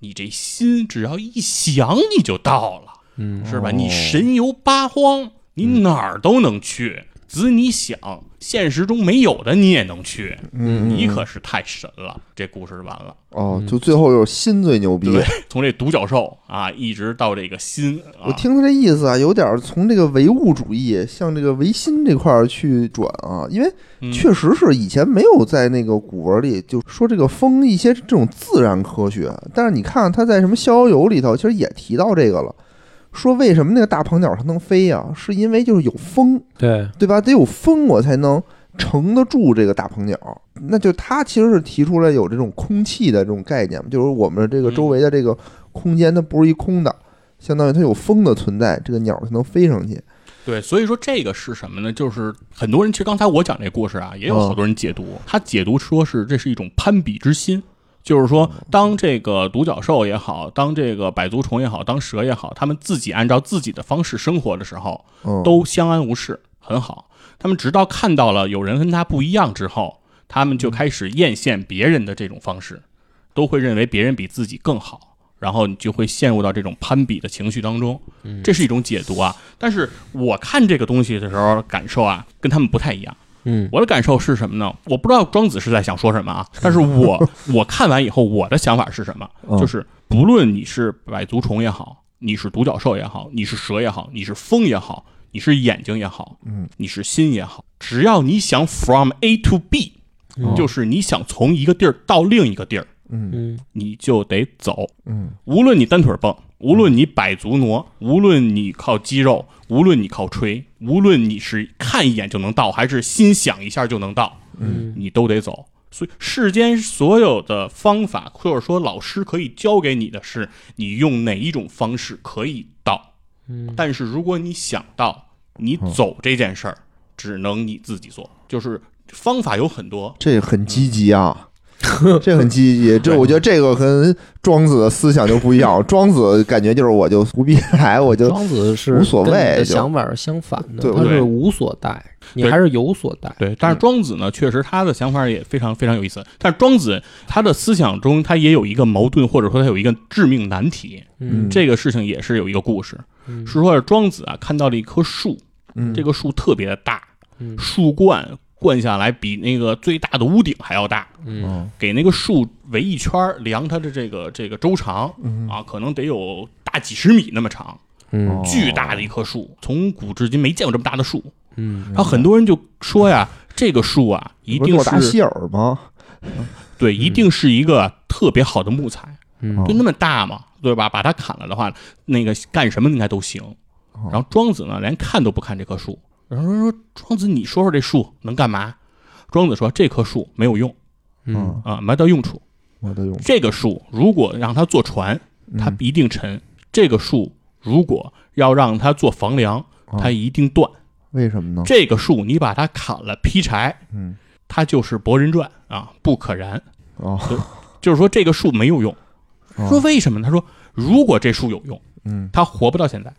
B: 你这心只要一想你就到了，
A: 嗯，
B: 是吧？
C: 哦嗯
B: 你神游八荒，你哪儿都能去。只你想，现实中没有的你也能去，
C: 嗯，
B: 你
C: 嗯
B: 可是太神了。这故事完了。
C: 哦，就最后就是心最牛逼，
B: 对，啊从这独角兽啊，一直到这个心啊，
C: 我听他这意思啊，有点儿从这个唯物主义向这个唯心这块儿去转啊，因为
B: 嗯
C: 确实是以前没有在那个古文里就说这个风一些这种自然科学，但是你看他在什么《逍遥游》里头，其实也提到这个了，说为什么那个大鹏鸟它能飞呀、是因为就是有风，
A: 对，
C: 对吧？得有风我才能撑得住这个大鹏鸟。那就他其实是提出来有这种空气的这种概念嘛，就是我们这个周围的这个空间，它不是一空的，相当于它有风的存在，这个鸟才能飞上去。
B: 对，所以说这个是什么呢？就是很多人其实刚才我讲这故事啊，也有
C: 嗯
B: 好多人解读，他解读说是这是一种攀比之心。就是说，
C: 嗯
B: 当这个独角兽也好，当这个百足虫也好，当蛇也好，他们自己按照自己的方式生活的时候，
C: 嗯，
B: 都相安无事，很好。他们直到看到了有人跟他不一样之后，他们就开始艳羡别人的这种方式，都会认为别人比自己更好，然后你就会陷入到这种攀比的情绪当中。这是一种解读啊。但是我看这个东西的时候，感受啊跟他们不太一样。
A: 嗯
B: 我的感受是什么呢？我不知道庄子是在想说什么啊，但是
C: [LAUGHS]
B: 我我看完以后，我的想法是什么？
C: 嗯
B: 就是不论你是百足虫也好，你是独角兽也好，你是蛇也好，你是风也好，你是眼睛也好，
C: 嗯，
B: 你是心也好，只要你想 from A to B，、
A: 嗯
B: 就是你想从一个地儿到另一个地儿，
C: 嗯
A: 嗯
B: 你就得走。
C: 嗯
B: 无论你单腿蹦，无论你摆足挪，无论你靠肌肉，无论你靠吹，无论你是看一眼就能到，还是心想一下就能到，
A: 嗯
B: 你都得走。所以世间所有的方法，或者说老师可以教给你的是，你用哪一种方式可以到。
A: 嗯
B: 但是如果你想到你走这件事儿，只能你自己做。就是方法有很多，
C: 这很积极
A: [LAUGHS]
C: 啊。这很积极，这
B: 对
C: 我觉得这个跟庄子的思想就不一
A: [LAUGHS]
C: 样。庄子感觉就是我就胡逼来，我就
A: 庄子是
C: 无所谓
A: 跟你的
C: 就
A: 想法是相反的，
C: 对
A: 他
B: 对
A: 是无所待，你
B: 对
A: 还是有所待。
B: 对，但是庄子呢，确实他的想法也非常非常有意思。但是庄子他的思想中，他也有一个矛盾，或者说他有一个致命难题。
A: 嗯
B: 这个事情也是有一个故事，
A: 嗯
B: 是说庄子啊看到了一棵树，
C: 嗯
B: 这个树特别的大，
A: 嗯
B: 树冠灌下来比那个最大的屋顶还要大，
A: 嗯
C: 嗯
B: 给那个树围一圈儿，量它的这个这个周长
C: 嗯
B: 啊，可能得有大几十米那么长，
A: 嗯
B: 巨大的一棵树，从古至今没见过这么大的树。
A: 嗯
C: 哦
B: 然后很多人就说呀，这个树啊，一
C: 不
B: 定
C: 诺达
B: 是
C: 希尔吗？
B: 对，一定是一个特别好的木材，
C: 哦
A: 嗯
B: 就那么大嘛，对吧？把它砍了的话，那个干什么应该都行。然后庄子呢，连看都不看这棵树。然后说庄子，你说说这树能干嘛？庄子说这棵树没有用
C: 哦
A: 嗯
B: 啊，没到用处。
C: 我的用
B: 这个树如果让它做船，
A: 嗯
C: 嗯
B: 它一定沉；这个树如果要让它做房梁，它一定断。
C: 为什么呢？
B: 这个树你把它砍了劈柴，
C: 嗯，
B: 它就是《博人传》啊，不可燃。
C: 哦，
B: 就是说这个树没有用。
C: 哦
B: 说为什么呢？他说如果这树有用，
C: 嗯，
B: 它活不到现在。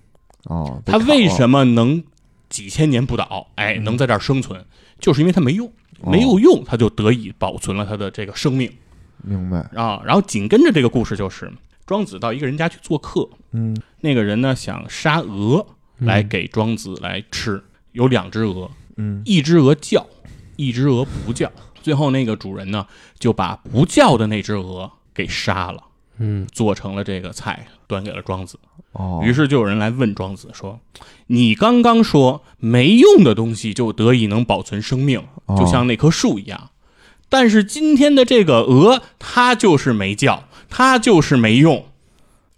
C: 哦，
B: 它为
C: 么？
B: 什么能几千年不倒？哎，能在这儿生存，就是因为它没用，
C: 嗯哦
B: 没有用，它就得以保存了它的这个生命
C: 明白，
B: 啊。然后紧跟着这个故事就是庄子到一个人家去做客，
C: 嗯
B: 那个人呢想杀鹅来给庄子来吃，有两只鹅，
C: 嗯
B: 一只鹅叫，一只鹅不叫。最后那个主人呢就把不叫的那只鹅给杀了。
A: 嗯
B: 做成了这个菜，端给了庄子。
C: 哦
B: 于是就有人来问庄子说：“你刚刚说没用的东西就得以能保存生命，
C: 哦
B: 就像那棵树一样。但是今天的这个鹅，它就是没叫，它就是没用，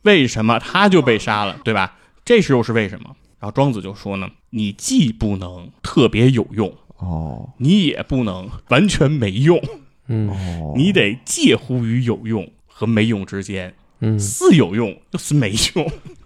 B: 为什么它就被杀
C: 哦
B: 了，对吧？这是又是为什么？”然后庄子就说呢：“你既不能特别有用，
C: 哦
B: 你也不能完全没用，
A: 嗯
C: 哦，
B: 你得介乎于有用和没用之间，
A: 嗯，
B: 似有用又似没用。”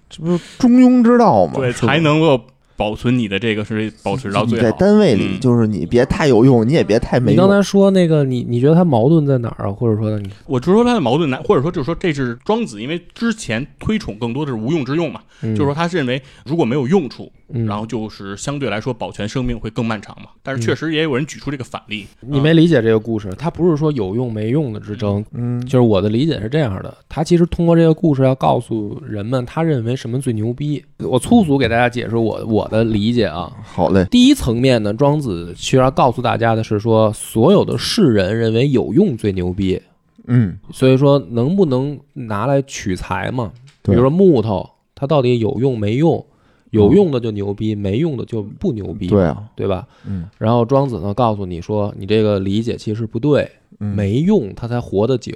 C: 这不是中庸之道吗？
B: 对，
C: 是吧
B: 才能够保存你的这个是保持到
C: 你
B: 最
C: 在
B: 好。
C: 单位里，
B: 嗯
C: 就是你别太有用，你也别太没
A: 你
C: 用。
A: 刚才说那个，你你觉得它矛盾在哪儿啊？或者说你
B: 我就说他的矛盾来，或者说就是说这是庄子，因为之前推崇更多的是无用之用嘛，
A: 嗯
B: 就是说他是认为如果没有用处，
A: 嗯
B: 然后就是相对来说保全生命会更漫长嘛。但是确实也有人举出这个反例，
A: 你没理解这个故事，它不是说有用没用的之争，
C: 嗯，
A: 就是我的理解是这样的，他其实通过这个故事要告诉人们，他认为什么最牛逼。我粗俗给大家解释我我的理解啊。
C: 好嘞，
A: 第一层面呢，庄子其实要告诉大家的是说，所有的世人认为有用最牛逼，
C: 嗯，
A: 所以说能不能拿来取材嘛？比
C: 对
A: 如说木头，它到底有用没用？有用的就牛逼，没用的就不牛逼，
C: 对啊，
A: 对吧？
C: 嗯。
A: 然后庄子呢告诉你说，你这个理解其实不对，
C: 嗯
A: 没用它才活得久。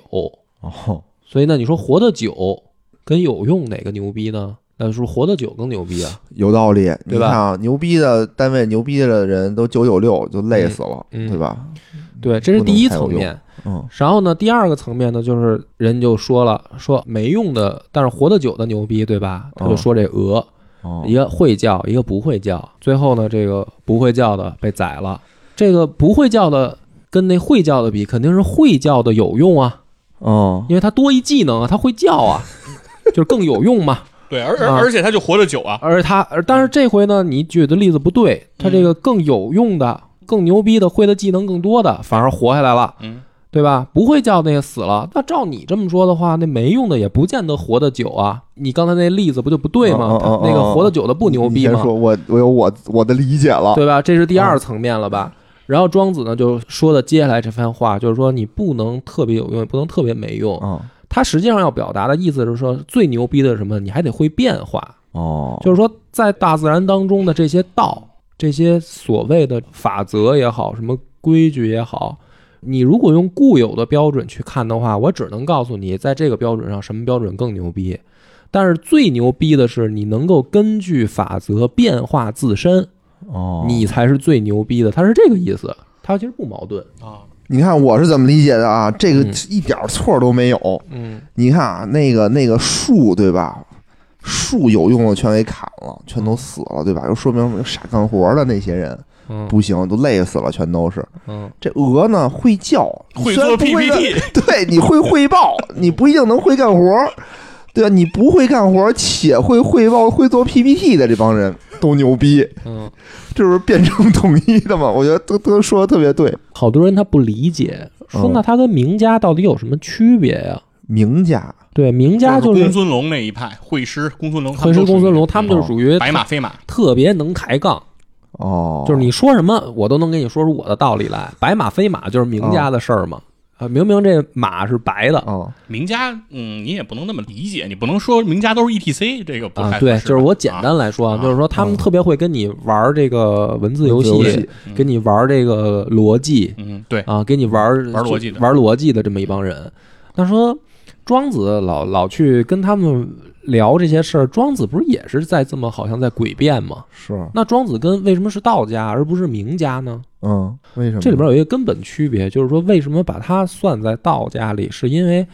C: 哦，
A: 所以呢，你说活得久跟有用哪个牛逼呢？那是不是活得久更牛逼啊？
C: 有道理，
A: 对吧
C: 你看啊，牛逼的单位牛逼的人都九九六，就累死了，
A: 嗯嗯
C: 对吧？
A: 对，这是第一层
C: 不能太有
A: 面。
C: 嗯，
A: 然后呢，第二个层面呢，就是人就说了，说没用的，但是活得久的牛逼，对吧？他就说这鹅，
C: 哦
A: 一，个会叫，一个不会叫。最后呢，这个不会叫的被宰了，这个不会叫的跟那会叫的比，肯定是会叫的有用啊，
C: 哦，
A: 因为它多一技能啊，它会叫
C: [LAUGHS]
A: 啊，就是更有用嘛。
B: 对，而而
A: 啊
B: 而且他就活得久啊，
A: 而他，而但是这回呢，你举的例子不对，他这个更有用的、更牛逼的、会的技能更多的，反而活下来了，
B: 嗯，
A: 对吧？不会叫那个死了。那照你这么说的话，那没用的也不见得活得久啊。你刚才那例子不就不对吗
C: 哦？哦哦
A: 他那个活得久的不牛逼
C: 你
A: 吗
C: 先？说我我有我我的理解了，
A: 对吧？这是第二层面了吧？然后庄子呢就说的接下来这番话，就是说你不能特别有用，也不能特别没用。
C: 嗯，
A: 他实际上要表达的意思是说，最牛逼的是什么？你还得会变化。
C: 哦，
A: 就是说，在大自然当中的这些道，这些所谓的法则也好，什么规矩也好，你如果用固有的标准去看的话，我只能告诉你，在这个标准上，什么标准更牛逼。但是最牛逼的是，你能够根据法则变化自身，
C: 哦，
A: 你才是最牛逼的。他是这个意思，他其实不矛盾。
B: 啊，
C: 你看我是怎么理解的啊？这个
A: 嗯
C: 一点错都没有，
A: 嗯
C: 你看啊，那个那个树对吧？树有用的全给砍了，全都死了，对吧？又说明什么傻干活的那些人
A: 嗯
C: 不行，都累死了，全都是。
A: 嗯
C: 这鹅呢，会叫，
B: 会
C: 虽然
B: 做
C: 不会干
B: PPT，
C: [LAUGHS] 对，你会汇报，你不一定能会干活，对吧？啊你不会干活且会汇报、会做 PPT 的这帮人都牛逼，
A: 嗯，
C: 这不是辩证统一的吗？我觉得都都说的特别对。
A: 好多人他不理解，说
C: 嗯
A: 那他跟名家到底有什么区别呀、
C: 名家
A: 对，名家就
B: 就
A: 是是
B: 公孙龙那一派，会师公孙龙，他
A: 回
B: 们
A: 师
B: 都属于
A: 公孙龙，他们就是属于
B: 白马非马，
A: 特别能抬杠，
C: 哦，
A: 就是你说什么我都能给你说出我的道理来。白马非马就是名家的事儿嘛，啊，明明这马是白的
C: 哦，
B: 名家，嗯，你也不能那么理解，你不能说名家都是 E T C，这个不太
A: 啊，
B: 合
A: 对，
B: 适
A: 就是我简单来说
B: 啊
A: 就是说他们特别会跟你玩这个文字游
C: 文字游戏
A: 跟你玩这个逻辑
B: 嗯，对，
A: 啊，跟你玩
B: 玩逻辑的
A: 玩逻辑的这么一帮人。那说庄子老老去跟他们聊这些事儿，庄子不是也是在这么好像在诡辩吗？
C: 是，
A: 那庄子跟为什么是道家而不是名家呢？
C: 嗯，为什么
A: 这里边有一个根本区别，就是说为什么把它算在道家里，是因为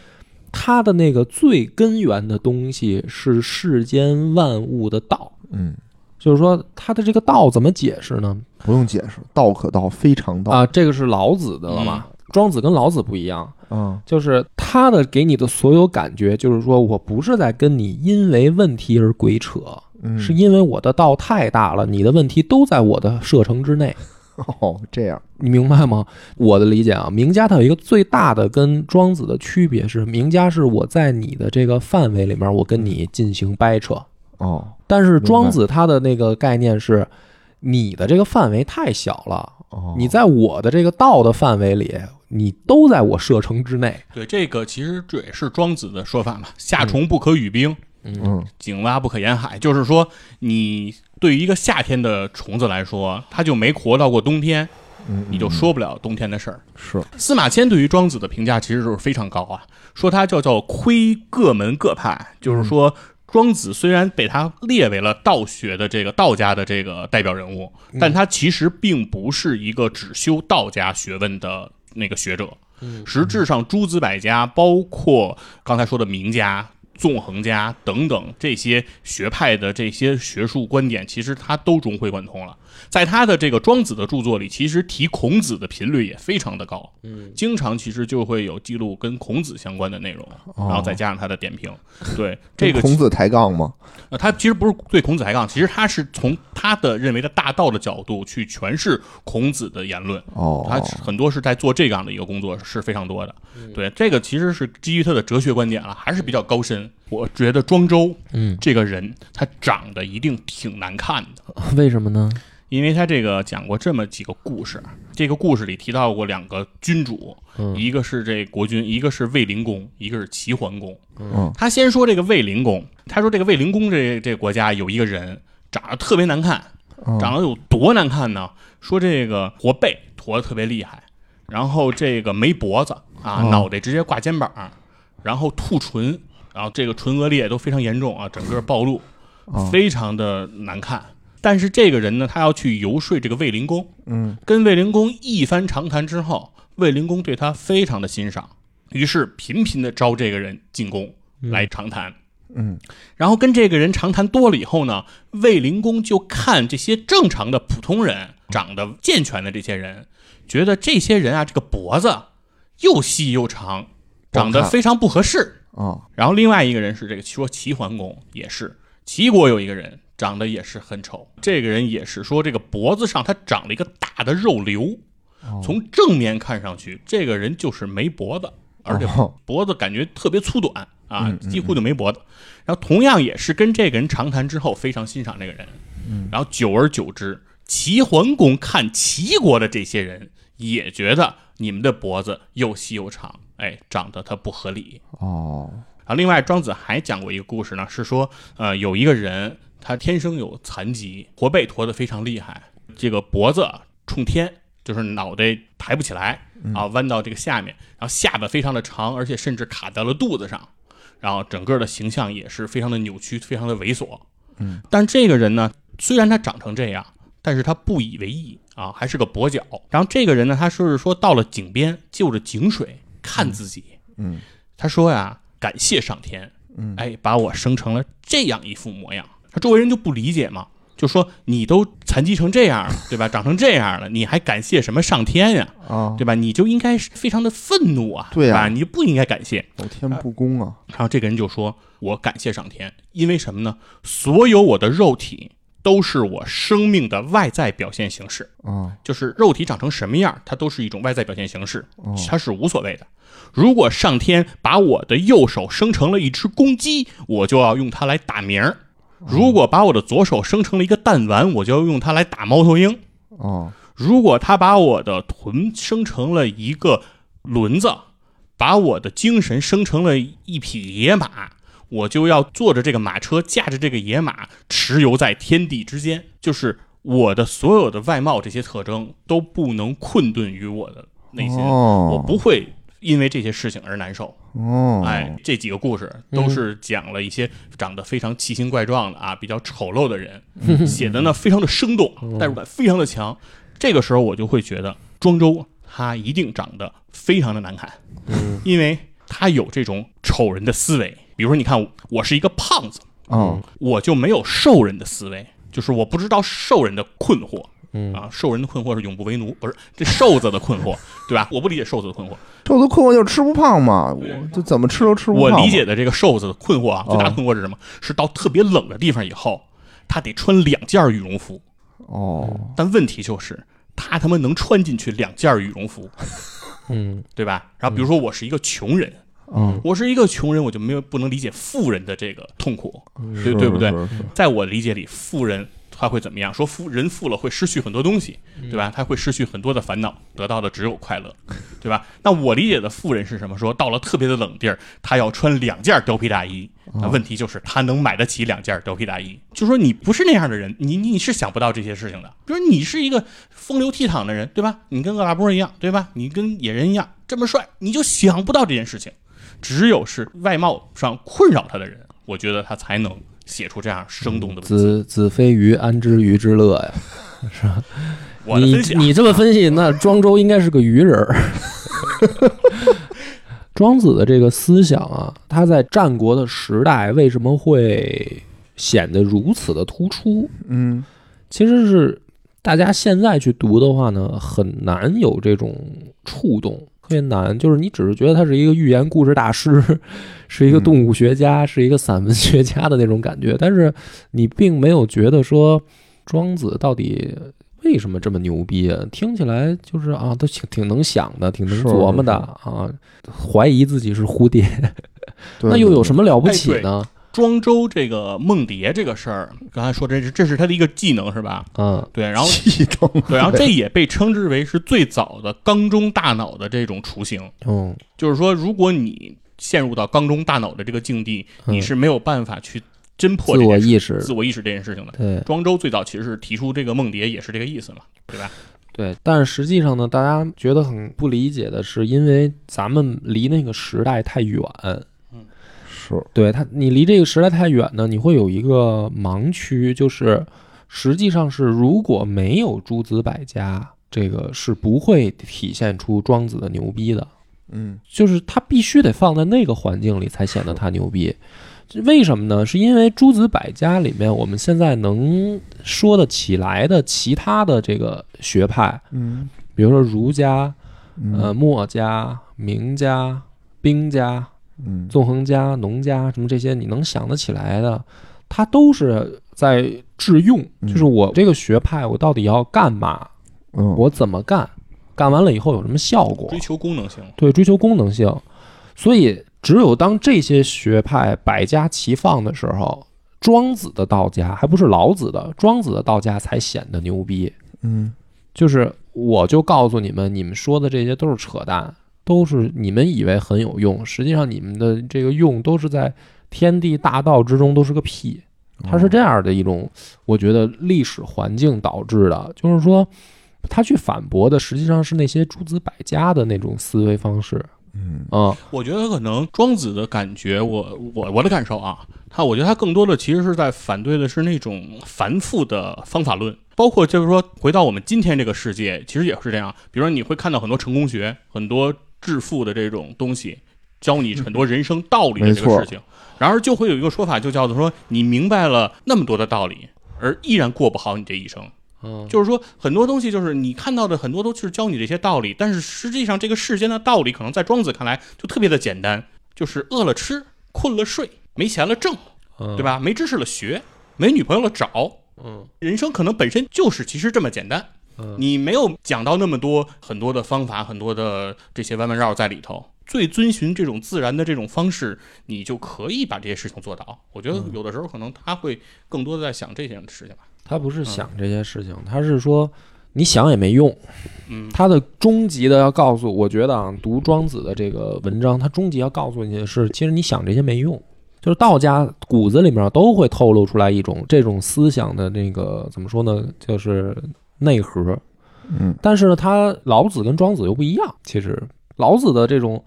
A: 它的那个最根源的东西是世间万物的道，
C: 嗯，
A: 就是说它的这个道怎么解释呢？
C: 不用解释，道可道，非常道。
A: 啊，这个是老子的了
B: 嗯
A: 嘛？庄子跟老子不一样，
C: 嗯
A: 就是他的给你的所有感觉，就是说我不是在跟你因为问题而鬼扯，
C: 嗯，
A: 是因为我的道太大了，你的问题都在我的射程之内。 [LAUGHS]
C: 哦，这样
A: 你明白吗？我的理解啊，名家它有一个最大的跟庄子的区别是，名家是我在你的这个范围里面，我跟你进行掰扯，
C: 哦
A: 但是庄子他的那个概念是，你的这个范围太小了，
C: 哦，
A: 你在我的这个道的范围里，你都在我射程之内。
B: 对，这个其实这也是庄子的说法嘛，夏虫不可语冰，
C: 嗯，
B: 井蛙不可言海，就是说你对于一个夏天的虫子来说，它就没活到过冬天，
C: 嗯
B: 你就说不了冬天的事儿。
C: 是
B: 司马迁对于庄子的评价其实就是非常高啊，说他叫叫窥各门各派，就是说庄子虽然被他列为了道学的这个道家的这个代表人物，
C: 嗯
B: 但他其实并不是一个只修道家学问的那个学者，
C: 嗯
B: 实质上诸子百家，包括刚才说的名家。纵横家等等这些学派的这些学术观点，其实他都融会贯通了。在他的这个庄子的著作里，其实提孔子的频率也非常的高，嗯，经常其实就会有记录跟孔子相关的内容，然后再加上他的点评，对这个
C: 哦孔子抬杠吗？
B: 呃，他其实不是对孔子抬杠，其实他是从他的认为的大道的角度去诠释孔子的言论，
C: 哦，
B: 他是很多是在做这样的一个工作是非常多的。对，这个其实是基于他的哲学观点了，还是比较高深。我觉得庄周
A: 嗯，
B: 这个人，他长得一定挺难看的。
A: [LAUGHS] 为什么呢？
B: 因为他这个讲过这么几个故事，这个故事里提到过两个君主，
A: 嗯
B: 一个是这国君，一个是卫灵公，一个是齐桓公。
C: 嗯
B: 他先说这个卫灵公，他说这个卫灵公这这个国家有一个人长得特别难看，
C: 嗯
B: 长得有多难看呢？说这个驼背驼的特别厉害，然后这个没脖子啊，
C: 哦
B: 脑袋直接挂肩膀，然后吐唇，然后这个唇腭裂都非常严重啊，整个暴露，
C: 哦
B: 非常的难看。但是这个人呢，他要去游说这个卫灵公，
C: 嗯
B: 跟卫灵公一番长谈之后，卫灵公对他非常的欣赏，于是频频的招这个人进宫来长谈。
C: 嗯
B: 然后跟这个人长谈多了以后呢，卫灵公就看这些正常的普通人，长得健全的这些人，觉得这些人啊，这个脖子又细又长，
C: 不好
B: 长得
C: 看
B: 非常不合适。
C: 啊
B: 然后另外一个人是这个说齐桓公也是，齐国有一个人长得也是很丑，这个人也是说这个脖子上他长了一个大的肉瘤，从正面看上去，这个人就是没脖子，而且
C: 哦
B: 脖子感觉特别粗短啊，几乎就没脖子。然后同样也是跟这个人长谈之后，非常欣赏这个人，然后久而久之，齐桓公看齐国的这些人也觉得你们的脖子又细又长，哎，长得它不合理。
C: 哦
B: 啊，另外庄子还讲过一个故事呢，是说，呃，有一个人他天生有残疾，驼背驼得非常厉害，这个脖子啊冲天，就是脑袋抬不起来
C: 嗯
B: 啊，弯到这个下面，然后下巴非常的长，而且甚至卡在了肚子上，然后整个的形象也是非常的扭曲，非常的猥琐。
C: 嗯，
B: 但这个人呢，虽然他长成这样，但是他不以为意啊，还是个跛脚。然后这个人呢，他说是说到了井边，就着井水看自己。
C: 嗯
B: 他说呀，感谢上天，
C: 嗯
B: 哎，把我生成了这样一副模样。他周围人就不理解嘛，就说你都残疾成这样
C: [LAUGHS]
B: 了，对吧？长成这样了，你还感谢什么上天呀，
C: 啊，
B: 对吧？你就应该是非常的愤怒啊，
C: 对啊
B: 吧？你不应该感谢。
C: 有天不公啊，
B: 然后这个人就说：“我感谢上天，因为什么呢？所有我的肉体都是我生命的外在表现形式。
C: 啊
B: 就是肉体长成什么样，它都是一种外在表现形式
C: 哦，
B: 它是无所谓的。如果上天把我的右手生成了一只公鸡，我就要用它来打鸣儿；如果把我的左手生成了一个弹丸，我就要用它来打猫头鹰；
C: 啊
B: 如果他把我的臀生成了一个轮子，把我的精神生成了一匹野马，我就要坐着这个马车，驾着这个野马，驰游在天地之间。就是我的所有的外貌这些特征都不能困顿于我的内心，
C: 哦
B: 我不会因为这些事情而难受。
C: 哦，
B: 哎，这几个故事都是讲了一些长得非常奇形怪状的啊，比较丑陋的人，写的呢非常的生动，代入感非常的强。这个时候我就会觉得庄周啊他一定长得非常的难看，因为他有这种丑人的思维。比如说，你看我是一个胖子，
C: 嗯
B: 我就没有兽人的思维，就是我不知道兽人的困惑。
A: 嗯
B: 啊，兽人的困惑是永不为奴，不是这瘦子的困惑，对吧？我不理解瘦子的困惑，
C: 这我都困惑就是吃不胖嘛，我就怎么吃都吃不
B: 我
C: 胖嘛。
B: 理解的这个瘦子的困惑啊，
C: 哦
B: 最大的困惑是什么？是到特别冷的地方以后，他得穿两件羽绒服。
C: 哦，
B: 但问题就是，他他妈能穿进去两件羽绒服，
A: 嗯
B: 对吧？然后比如说我是一个穷人，
C: 嗯，
B: 我是一个穷人，我就没有不能理解富人的这个痛苦，对
C: 是
B: 对不对？
C: 是是
B: 在我理解里，富人他会怎么样？说富人富了会失去很多东西，对吧？他会失去很多的烦恼，得到的只有快乐， [LAUGHS] 对吧？那我理解的富人是什么？说到了特别的冷地儿，他要穿两件貂皮大衣。那问题就是他能买得起两件貂皮大衣。就说你不是那样的人，你你是想不到这些事情的。比如你是一个风流倜傥的人，对吧？你跟恶拉波一样，对吧？你跟野人一样这么帅，你就想不到这件事情。只有是外貌上困扰他的人，我觉得他才能写出这样生动的文
A: 嗯
B: 字。
A: 子子非鱼，安知鱼之乐呀？
B: 我的
A: 你
B: 分析啊，
A: 你这么分析，那庄周应该是个愚人儿。 [LAUGHS] 庄子的这个思想啊，他在战国的时代为什么会显得如此的突出？
C: 嗯
A: 其实是大家现在去读的话呢，很难有这种触动，特别难。就是你只是觉得他是一个寓言故事大师， [LAUGHS] 是
C: 嗯
A: 一个动物学家，是一个散文学家的那种感觉，但是你并没有觉得说庄子到底。为什么这么牛逼啊？听起来就是啊，都挺挺能想的，挺能
C: 是
A: 琢磨的啊。怀疑自己是蝴蝶，
C: 对
A: 那又有什么了不
B: 哎
A: 起
B: 对
A: 呢？
B: 庄周这个梦蝶这个事儿，刚才说这是这是他的一个技能是吧？
A: 啊，
B: 对，然后
C: 系统？
B: 对，然后这也被称之为是最早的缸中大脑的这种雏形，
A: 嗯，
B: 就是说，如果你陷入到缸中大脑的这个境地，
A: 嗯
B: 你是没有办法去侦破
A: 自
B: 这
A: 我
B: 件事
A: 意识，
B: 自我意识这件事情的。
A: 对，
B: 庄周最早其实是提出这个梦蝶，也是这个意思嘛，对吧？
A: 对，但是实际上呢，大家觉得很不理解的是，因为咱们离那个时代太远。
C: 是
A: 对他，你离这个时代太远呢，你会有一个盲区，就是实际上是如果没有诸子百家，这个是不会体现出庄子的牛逼的。
C: 嗯
A: 就是他必须得放在那个环境里才显得他牛逼。这为什么呢？是因为诸子百家里面，我们现在能说得起来的其他的这个学派，
C: 嗯
A: 比如说儒家、呃，
C: 嗯
A: 墨家、名家、兵家、
C: 嗯
A: 纵横家、农家什么这些，你能想得起来的，它都是在致用，
C: 嗯
A: 就是我这个学派，我到底要干嘛，
C: 嗯，
A: 我怎么干，干完了以后有什么效果
B: 追，求功能性，
A: 对，追求功能性。所以，只有当这些学派百家齐放的时候，庄子的道家还不是老子的，庄子的道家才显得牛逼。
C: 嗯
A: 就是我就告诉你们，你们说的这些都是扯淡，都是你们以为很有用，实际上你们的这个用都是在天地大道之中都是个屁。它
C: 嗯
A: 是这样的一种，我觉得历史环境导致的，就是说他去反驳的实际上是那些诸子百家的那种思维方式
C: 嗯
A: 啊，
B: 我觉得可能庄子的感觉，我我我的感受啊，他我觉得他更多的其实是在反对的是那种繁复的方法论，包括就是说回到我们今天这个世界，其实也是这样。比如说你会看到很多成功学、很多致富的这种东西，教你很多人生道理的这个
C: 没错
B: 事情。然而就会有一个说法，就叫做说你明白了那么多的道理，而依然过不好你这一生。
A: 嗯，
B: 就是说，很多东西就是你看到的很多都是教你这些道理，但是实际上这个世间的道理，可能在庄子看来就特别的简单，就是饿了吃，困了睡，没钱了挣，对
A: 对？
B: 吧？没知识了学，没女朋友了找，
A: 嗯，
B: 人生可能本身就是其实这么简单
A: 嗯，
B: 你没有讲到那么多很多的方法，很多的这些弯弯绕在里头。最遵循这种自然的这种方式，你就可以把这些事情做到。我觉得
A: 嗯
B: 有的时候可能他会更多的在想这件事情吧。
A: 他不是想这些事情，他是说你想也没用。
B: 嗯，
A: 他的终极的要告诉，我觉得啊，读庄子的这个文章，他终极要告诉你的是，其实你想这些没用。就是道家骨子里面都会透露出来一种这种思想的那个怎么说呢，就是内核。
C: 嗯
A: 但是呢，他老子跟庄子又不一样。其实老子的这种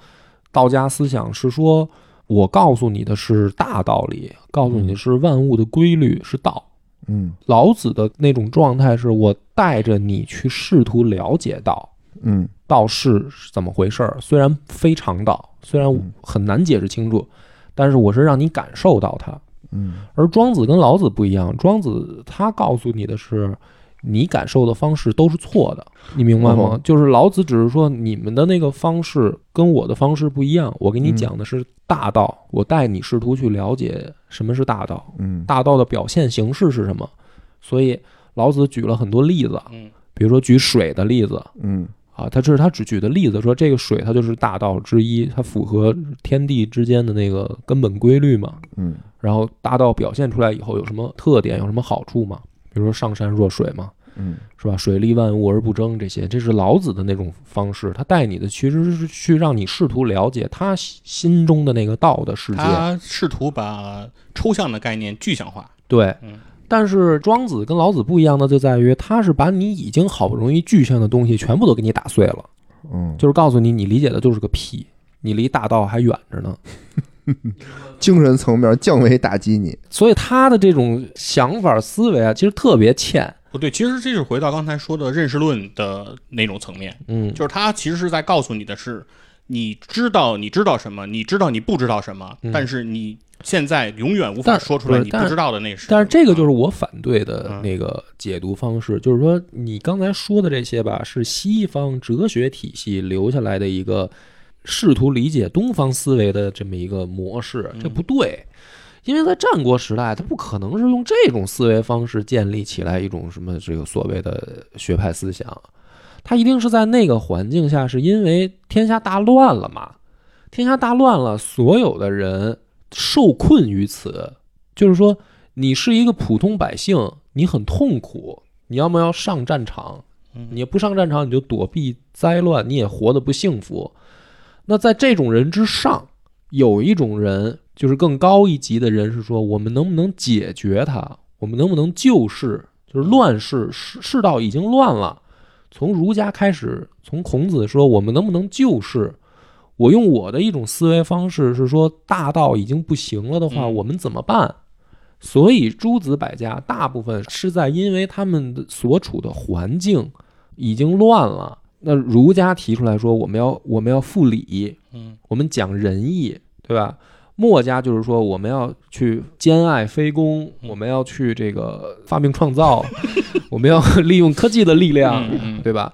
A: 道家思想是说，我告诉你的是大道理，告诉你的是万物的规律是道。
C: 嗯
A: 老子的那种状态是我带着你去试图了解道，
C: 嗯
A: 道是怎么回事儿，虽然非常道，虽然
C: 嗯
A: 很难解释清楚，但是我是让你感受到它。
C: 嗯
A: 而庄子跟老子不一样，庄子他告诉你的是，你感受的方式都是错的，你明白吗
C: 嗯？
A: 就是老子只是说你们的那个方式跟我的方式不一样，我给你
C: 嗯
A: 讲的是大道，我带你试图去了解什么是大道，
C: 嗯
A: 大道的表现形式是什么。所以老子举了很多例子，
B: 嗯，
A: 比如说举水的例子，
C: 嗯
A: 啊，他这是他只举的例子，说这个水它就是大道之一，它符合天地之间的那个根本规律嘛。
C: 嗯
A: 然后大道表现出来以后有什么特点，有什么好处嘛？比如说上善若水嘛，
C: 嗯
A: 是吧？水利万物而不争，这些这是老子的那种方式，他带你的其实是去让你试图了解他心中的那个道的世界。
B: 他试图把抽象的概念具象化，
A: 对
B: 嗯，
A: 但是庄子跟老子不一样的就在于，他是把你已经好不容易具象的东西全部都给你打碎了，
C: 嗯，
A: 就是告诉你你理解的就是个屁，你离大道还远着呢。
C: 精神层面降维打击你。
A: 所以他的这种想法思维啊，其实特别欠。
B: 不哦对，其实这是回到刚才说的认识论的那种层面，
A: 嗯，
B: 就是它其实是在告诉你的是，你知道你知道什么，你知道你不知道什么，
A: 嗯
B: 但是你现在永远无法
A: 但
B: 说出来
A: 对
B: 你
A: 但
B: 不知道的那是什么。啊
A: 但是这个就是是我反对的那个解读方式，就是说你刚才说的这些吧，是西方哲学体系留下来的一个试图理解东方思维的这么一个模式，这不对。因为在战国时代，它不可能是用这种思维方式建立起来一种什么这个所谓的学派思想，它一定是在那个环境下，是因为天下大乱了嘛，天下大乱了，所有的人受困于此，就是说你是一个普通百姓，你很痛苦，你要么要上战场，你不上战场你就躲避灾乱，你也活得不幸福。那在这种人之上，有一种人就是更高一级的人，是说我们能不能解决它，我们能不能救世？就是乱世，世世道已经乱了。从儒家开始，从孔子说我们能不能救世？我用我的一种思维方式是说，大道已经不行了的话，
B: 嗯
A: 我们怎么办？所以诸子百家大部分是在因为他们的所处的环境已经乱了。那儒家提出来说，我们要我们要复礼，
B: 嗯，
A: 我们讲仁义，对吧？墨家就是说，我们要去兼爱非攻，
B: 嗯
A: 我们要去这个发明创造，我们要利用科技的力量，
B: 嗯嗯
A: 对啊吧？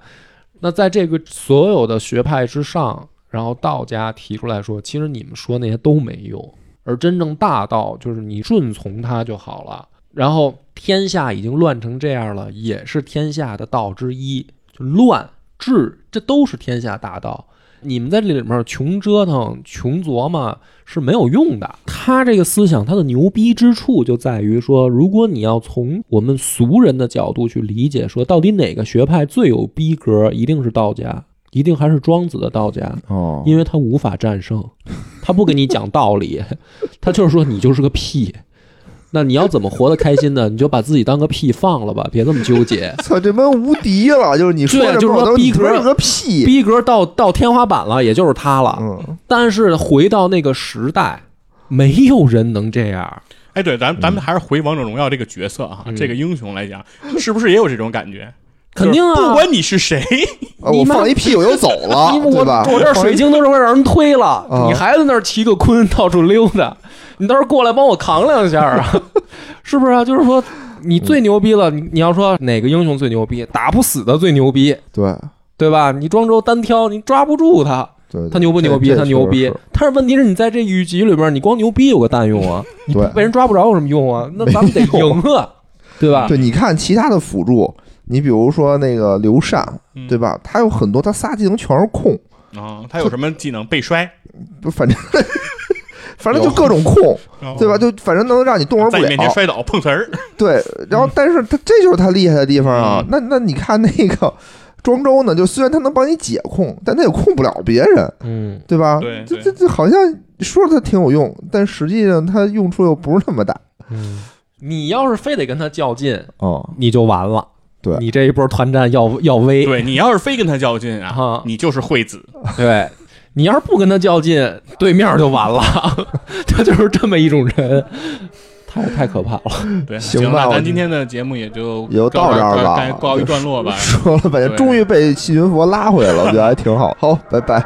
A: 那在这个所有的学派之上，然后道家提出来说，其实你们说那些都没用，而真正大道就是你顺从它就好了。然后天下已经乱成这样了，也是天下的道之一，就乱治，这都是天下大道。你们在这里面穷折腾、穷琢磨是没有用的。他这个思想，他的牛逼之处就在于说，如果你要从我们俗人的角度去理解，说到底哪个学派最有逼格，一定是道家，一定还是庄子的道家，
C: 哦
A: 因为他无法战胜，他不跟你讲道理， [LAUGHS] 他就是说你就是个屁。那你要怎么活得开心呢？你就把自己当个屁放了吧，别这么纠结。
C: 操，这帮无敌了！就是你说
A: 对啊
C: 这
A: 就是说
C: 帮都
A: 逼
C: 你
A: 格
C: 说是个屁。
A: 逼格到到天花板了，也就是他了。
C: 嗯，
A: 但是回到那个时代，没有人能这样。
B: 哎，对，咱咱们还是回王者荣耀这个角色啊，
A: 嗯
B: 这个英雄来讲，是不是也有这种感觉？
A: 肯定啊
B: 就是不管你是谁，
C: 啊
A: 你
C: 我
A: 妈
C: 放一屁我就走了
A: [LAUGHS] 因，为我
C: 啊对吧？
A: 我这水晶都是会让人推了，
C: 啊
A: 你还在那儿骑个鲲到处溜达，你倒是过来帮我扛两下
C: [LAUGHS]
A: 啊，是不是啊？就是说你最牛逼了，你你要说哪个英雄最牛逼，打不死的最牛逼，
C: 对
A: 对吧？你庄周单挑，你抓不住他，
C: 对，对
A: 他牛不牛逼？
C: 这
A: 他牛逼
C: 这确实是。
A: 但是问题是你在这一局里边，你光牛逼有个蛋用
C: [LAUGHS]
A: 啊？你
C: 对
A: 被人抓不着有什么用啊？那咱们得
C: 没
A: 赢
C: 用
A: 啊，对吧？
C: 对，你看其他的辅助，你比如说那个刘禅，
B: 嗯
C: 对吧？他有很多，他仨技能全是控，
A: 嗯
B: 啊， [LAUGHS] 他有什么技能？被摔，
A: [LAUGHS]
C: 不
B: [LAUGHS]
C: 反正反正就各种控，
B: 然后
C: 对吧？就反正能让你动而不
B: 哦在你面前
C: 了。
B: 摔倒碰瓷儿，
C: 对，然后但是他这就是他厉害的地方啊
B: 嗯。
C: 那那你看那个庄周呢，就虽然他能帮你解控，但他也控不了别人，
A: 嗯，
C: 对吧？
B: 对
C: 这
B: 对
C: 这这好像说他挺有用，但实际上他用处又不是那么大。
A: 嗯，你要是非得跟他较劲，
C: 哦，
A: 你就完了。
C: 对
A: 你这一波团战要要危，
B: 对你要是非跟他较劲啊
A: 啊，
B: 你就是惠子，
A: 对你要是不跟他较劲，对面就完了。 [LAUGHS] 他就是这么一种人，太太可怕了。
B: 对，
C: 行吧
B: 那
C: 我
B: 咱今天的节目也就
C: 也就到
B: 这
C: 这儿吧
B: 该告一段落吧。
C: [LAUGHS] 说了半天，
B: 对
C: 终于被细菌佛拉回来了，我觉得还挺好。好，拜拜。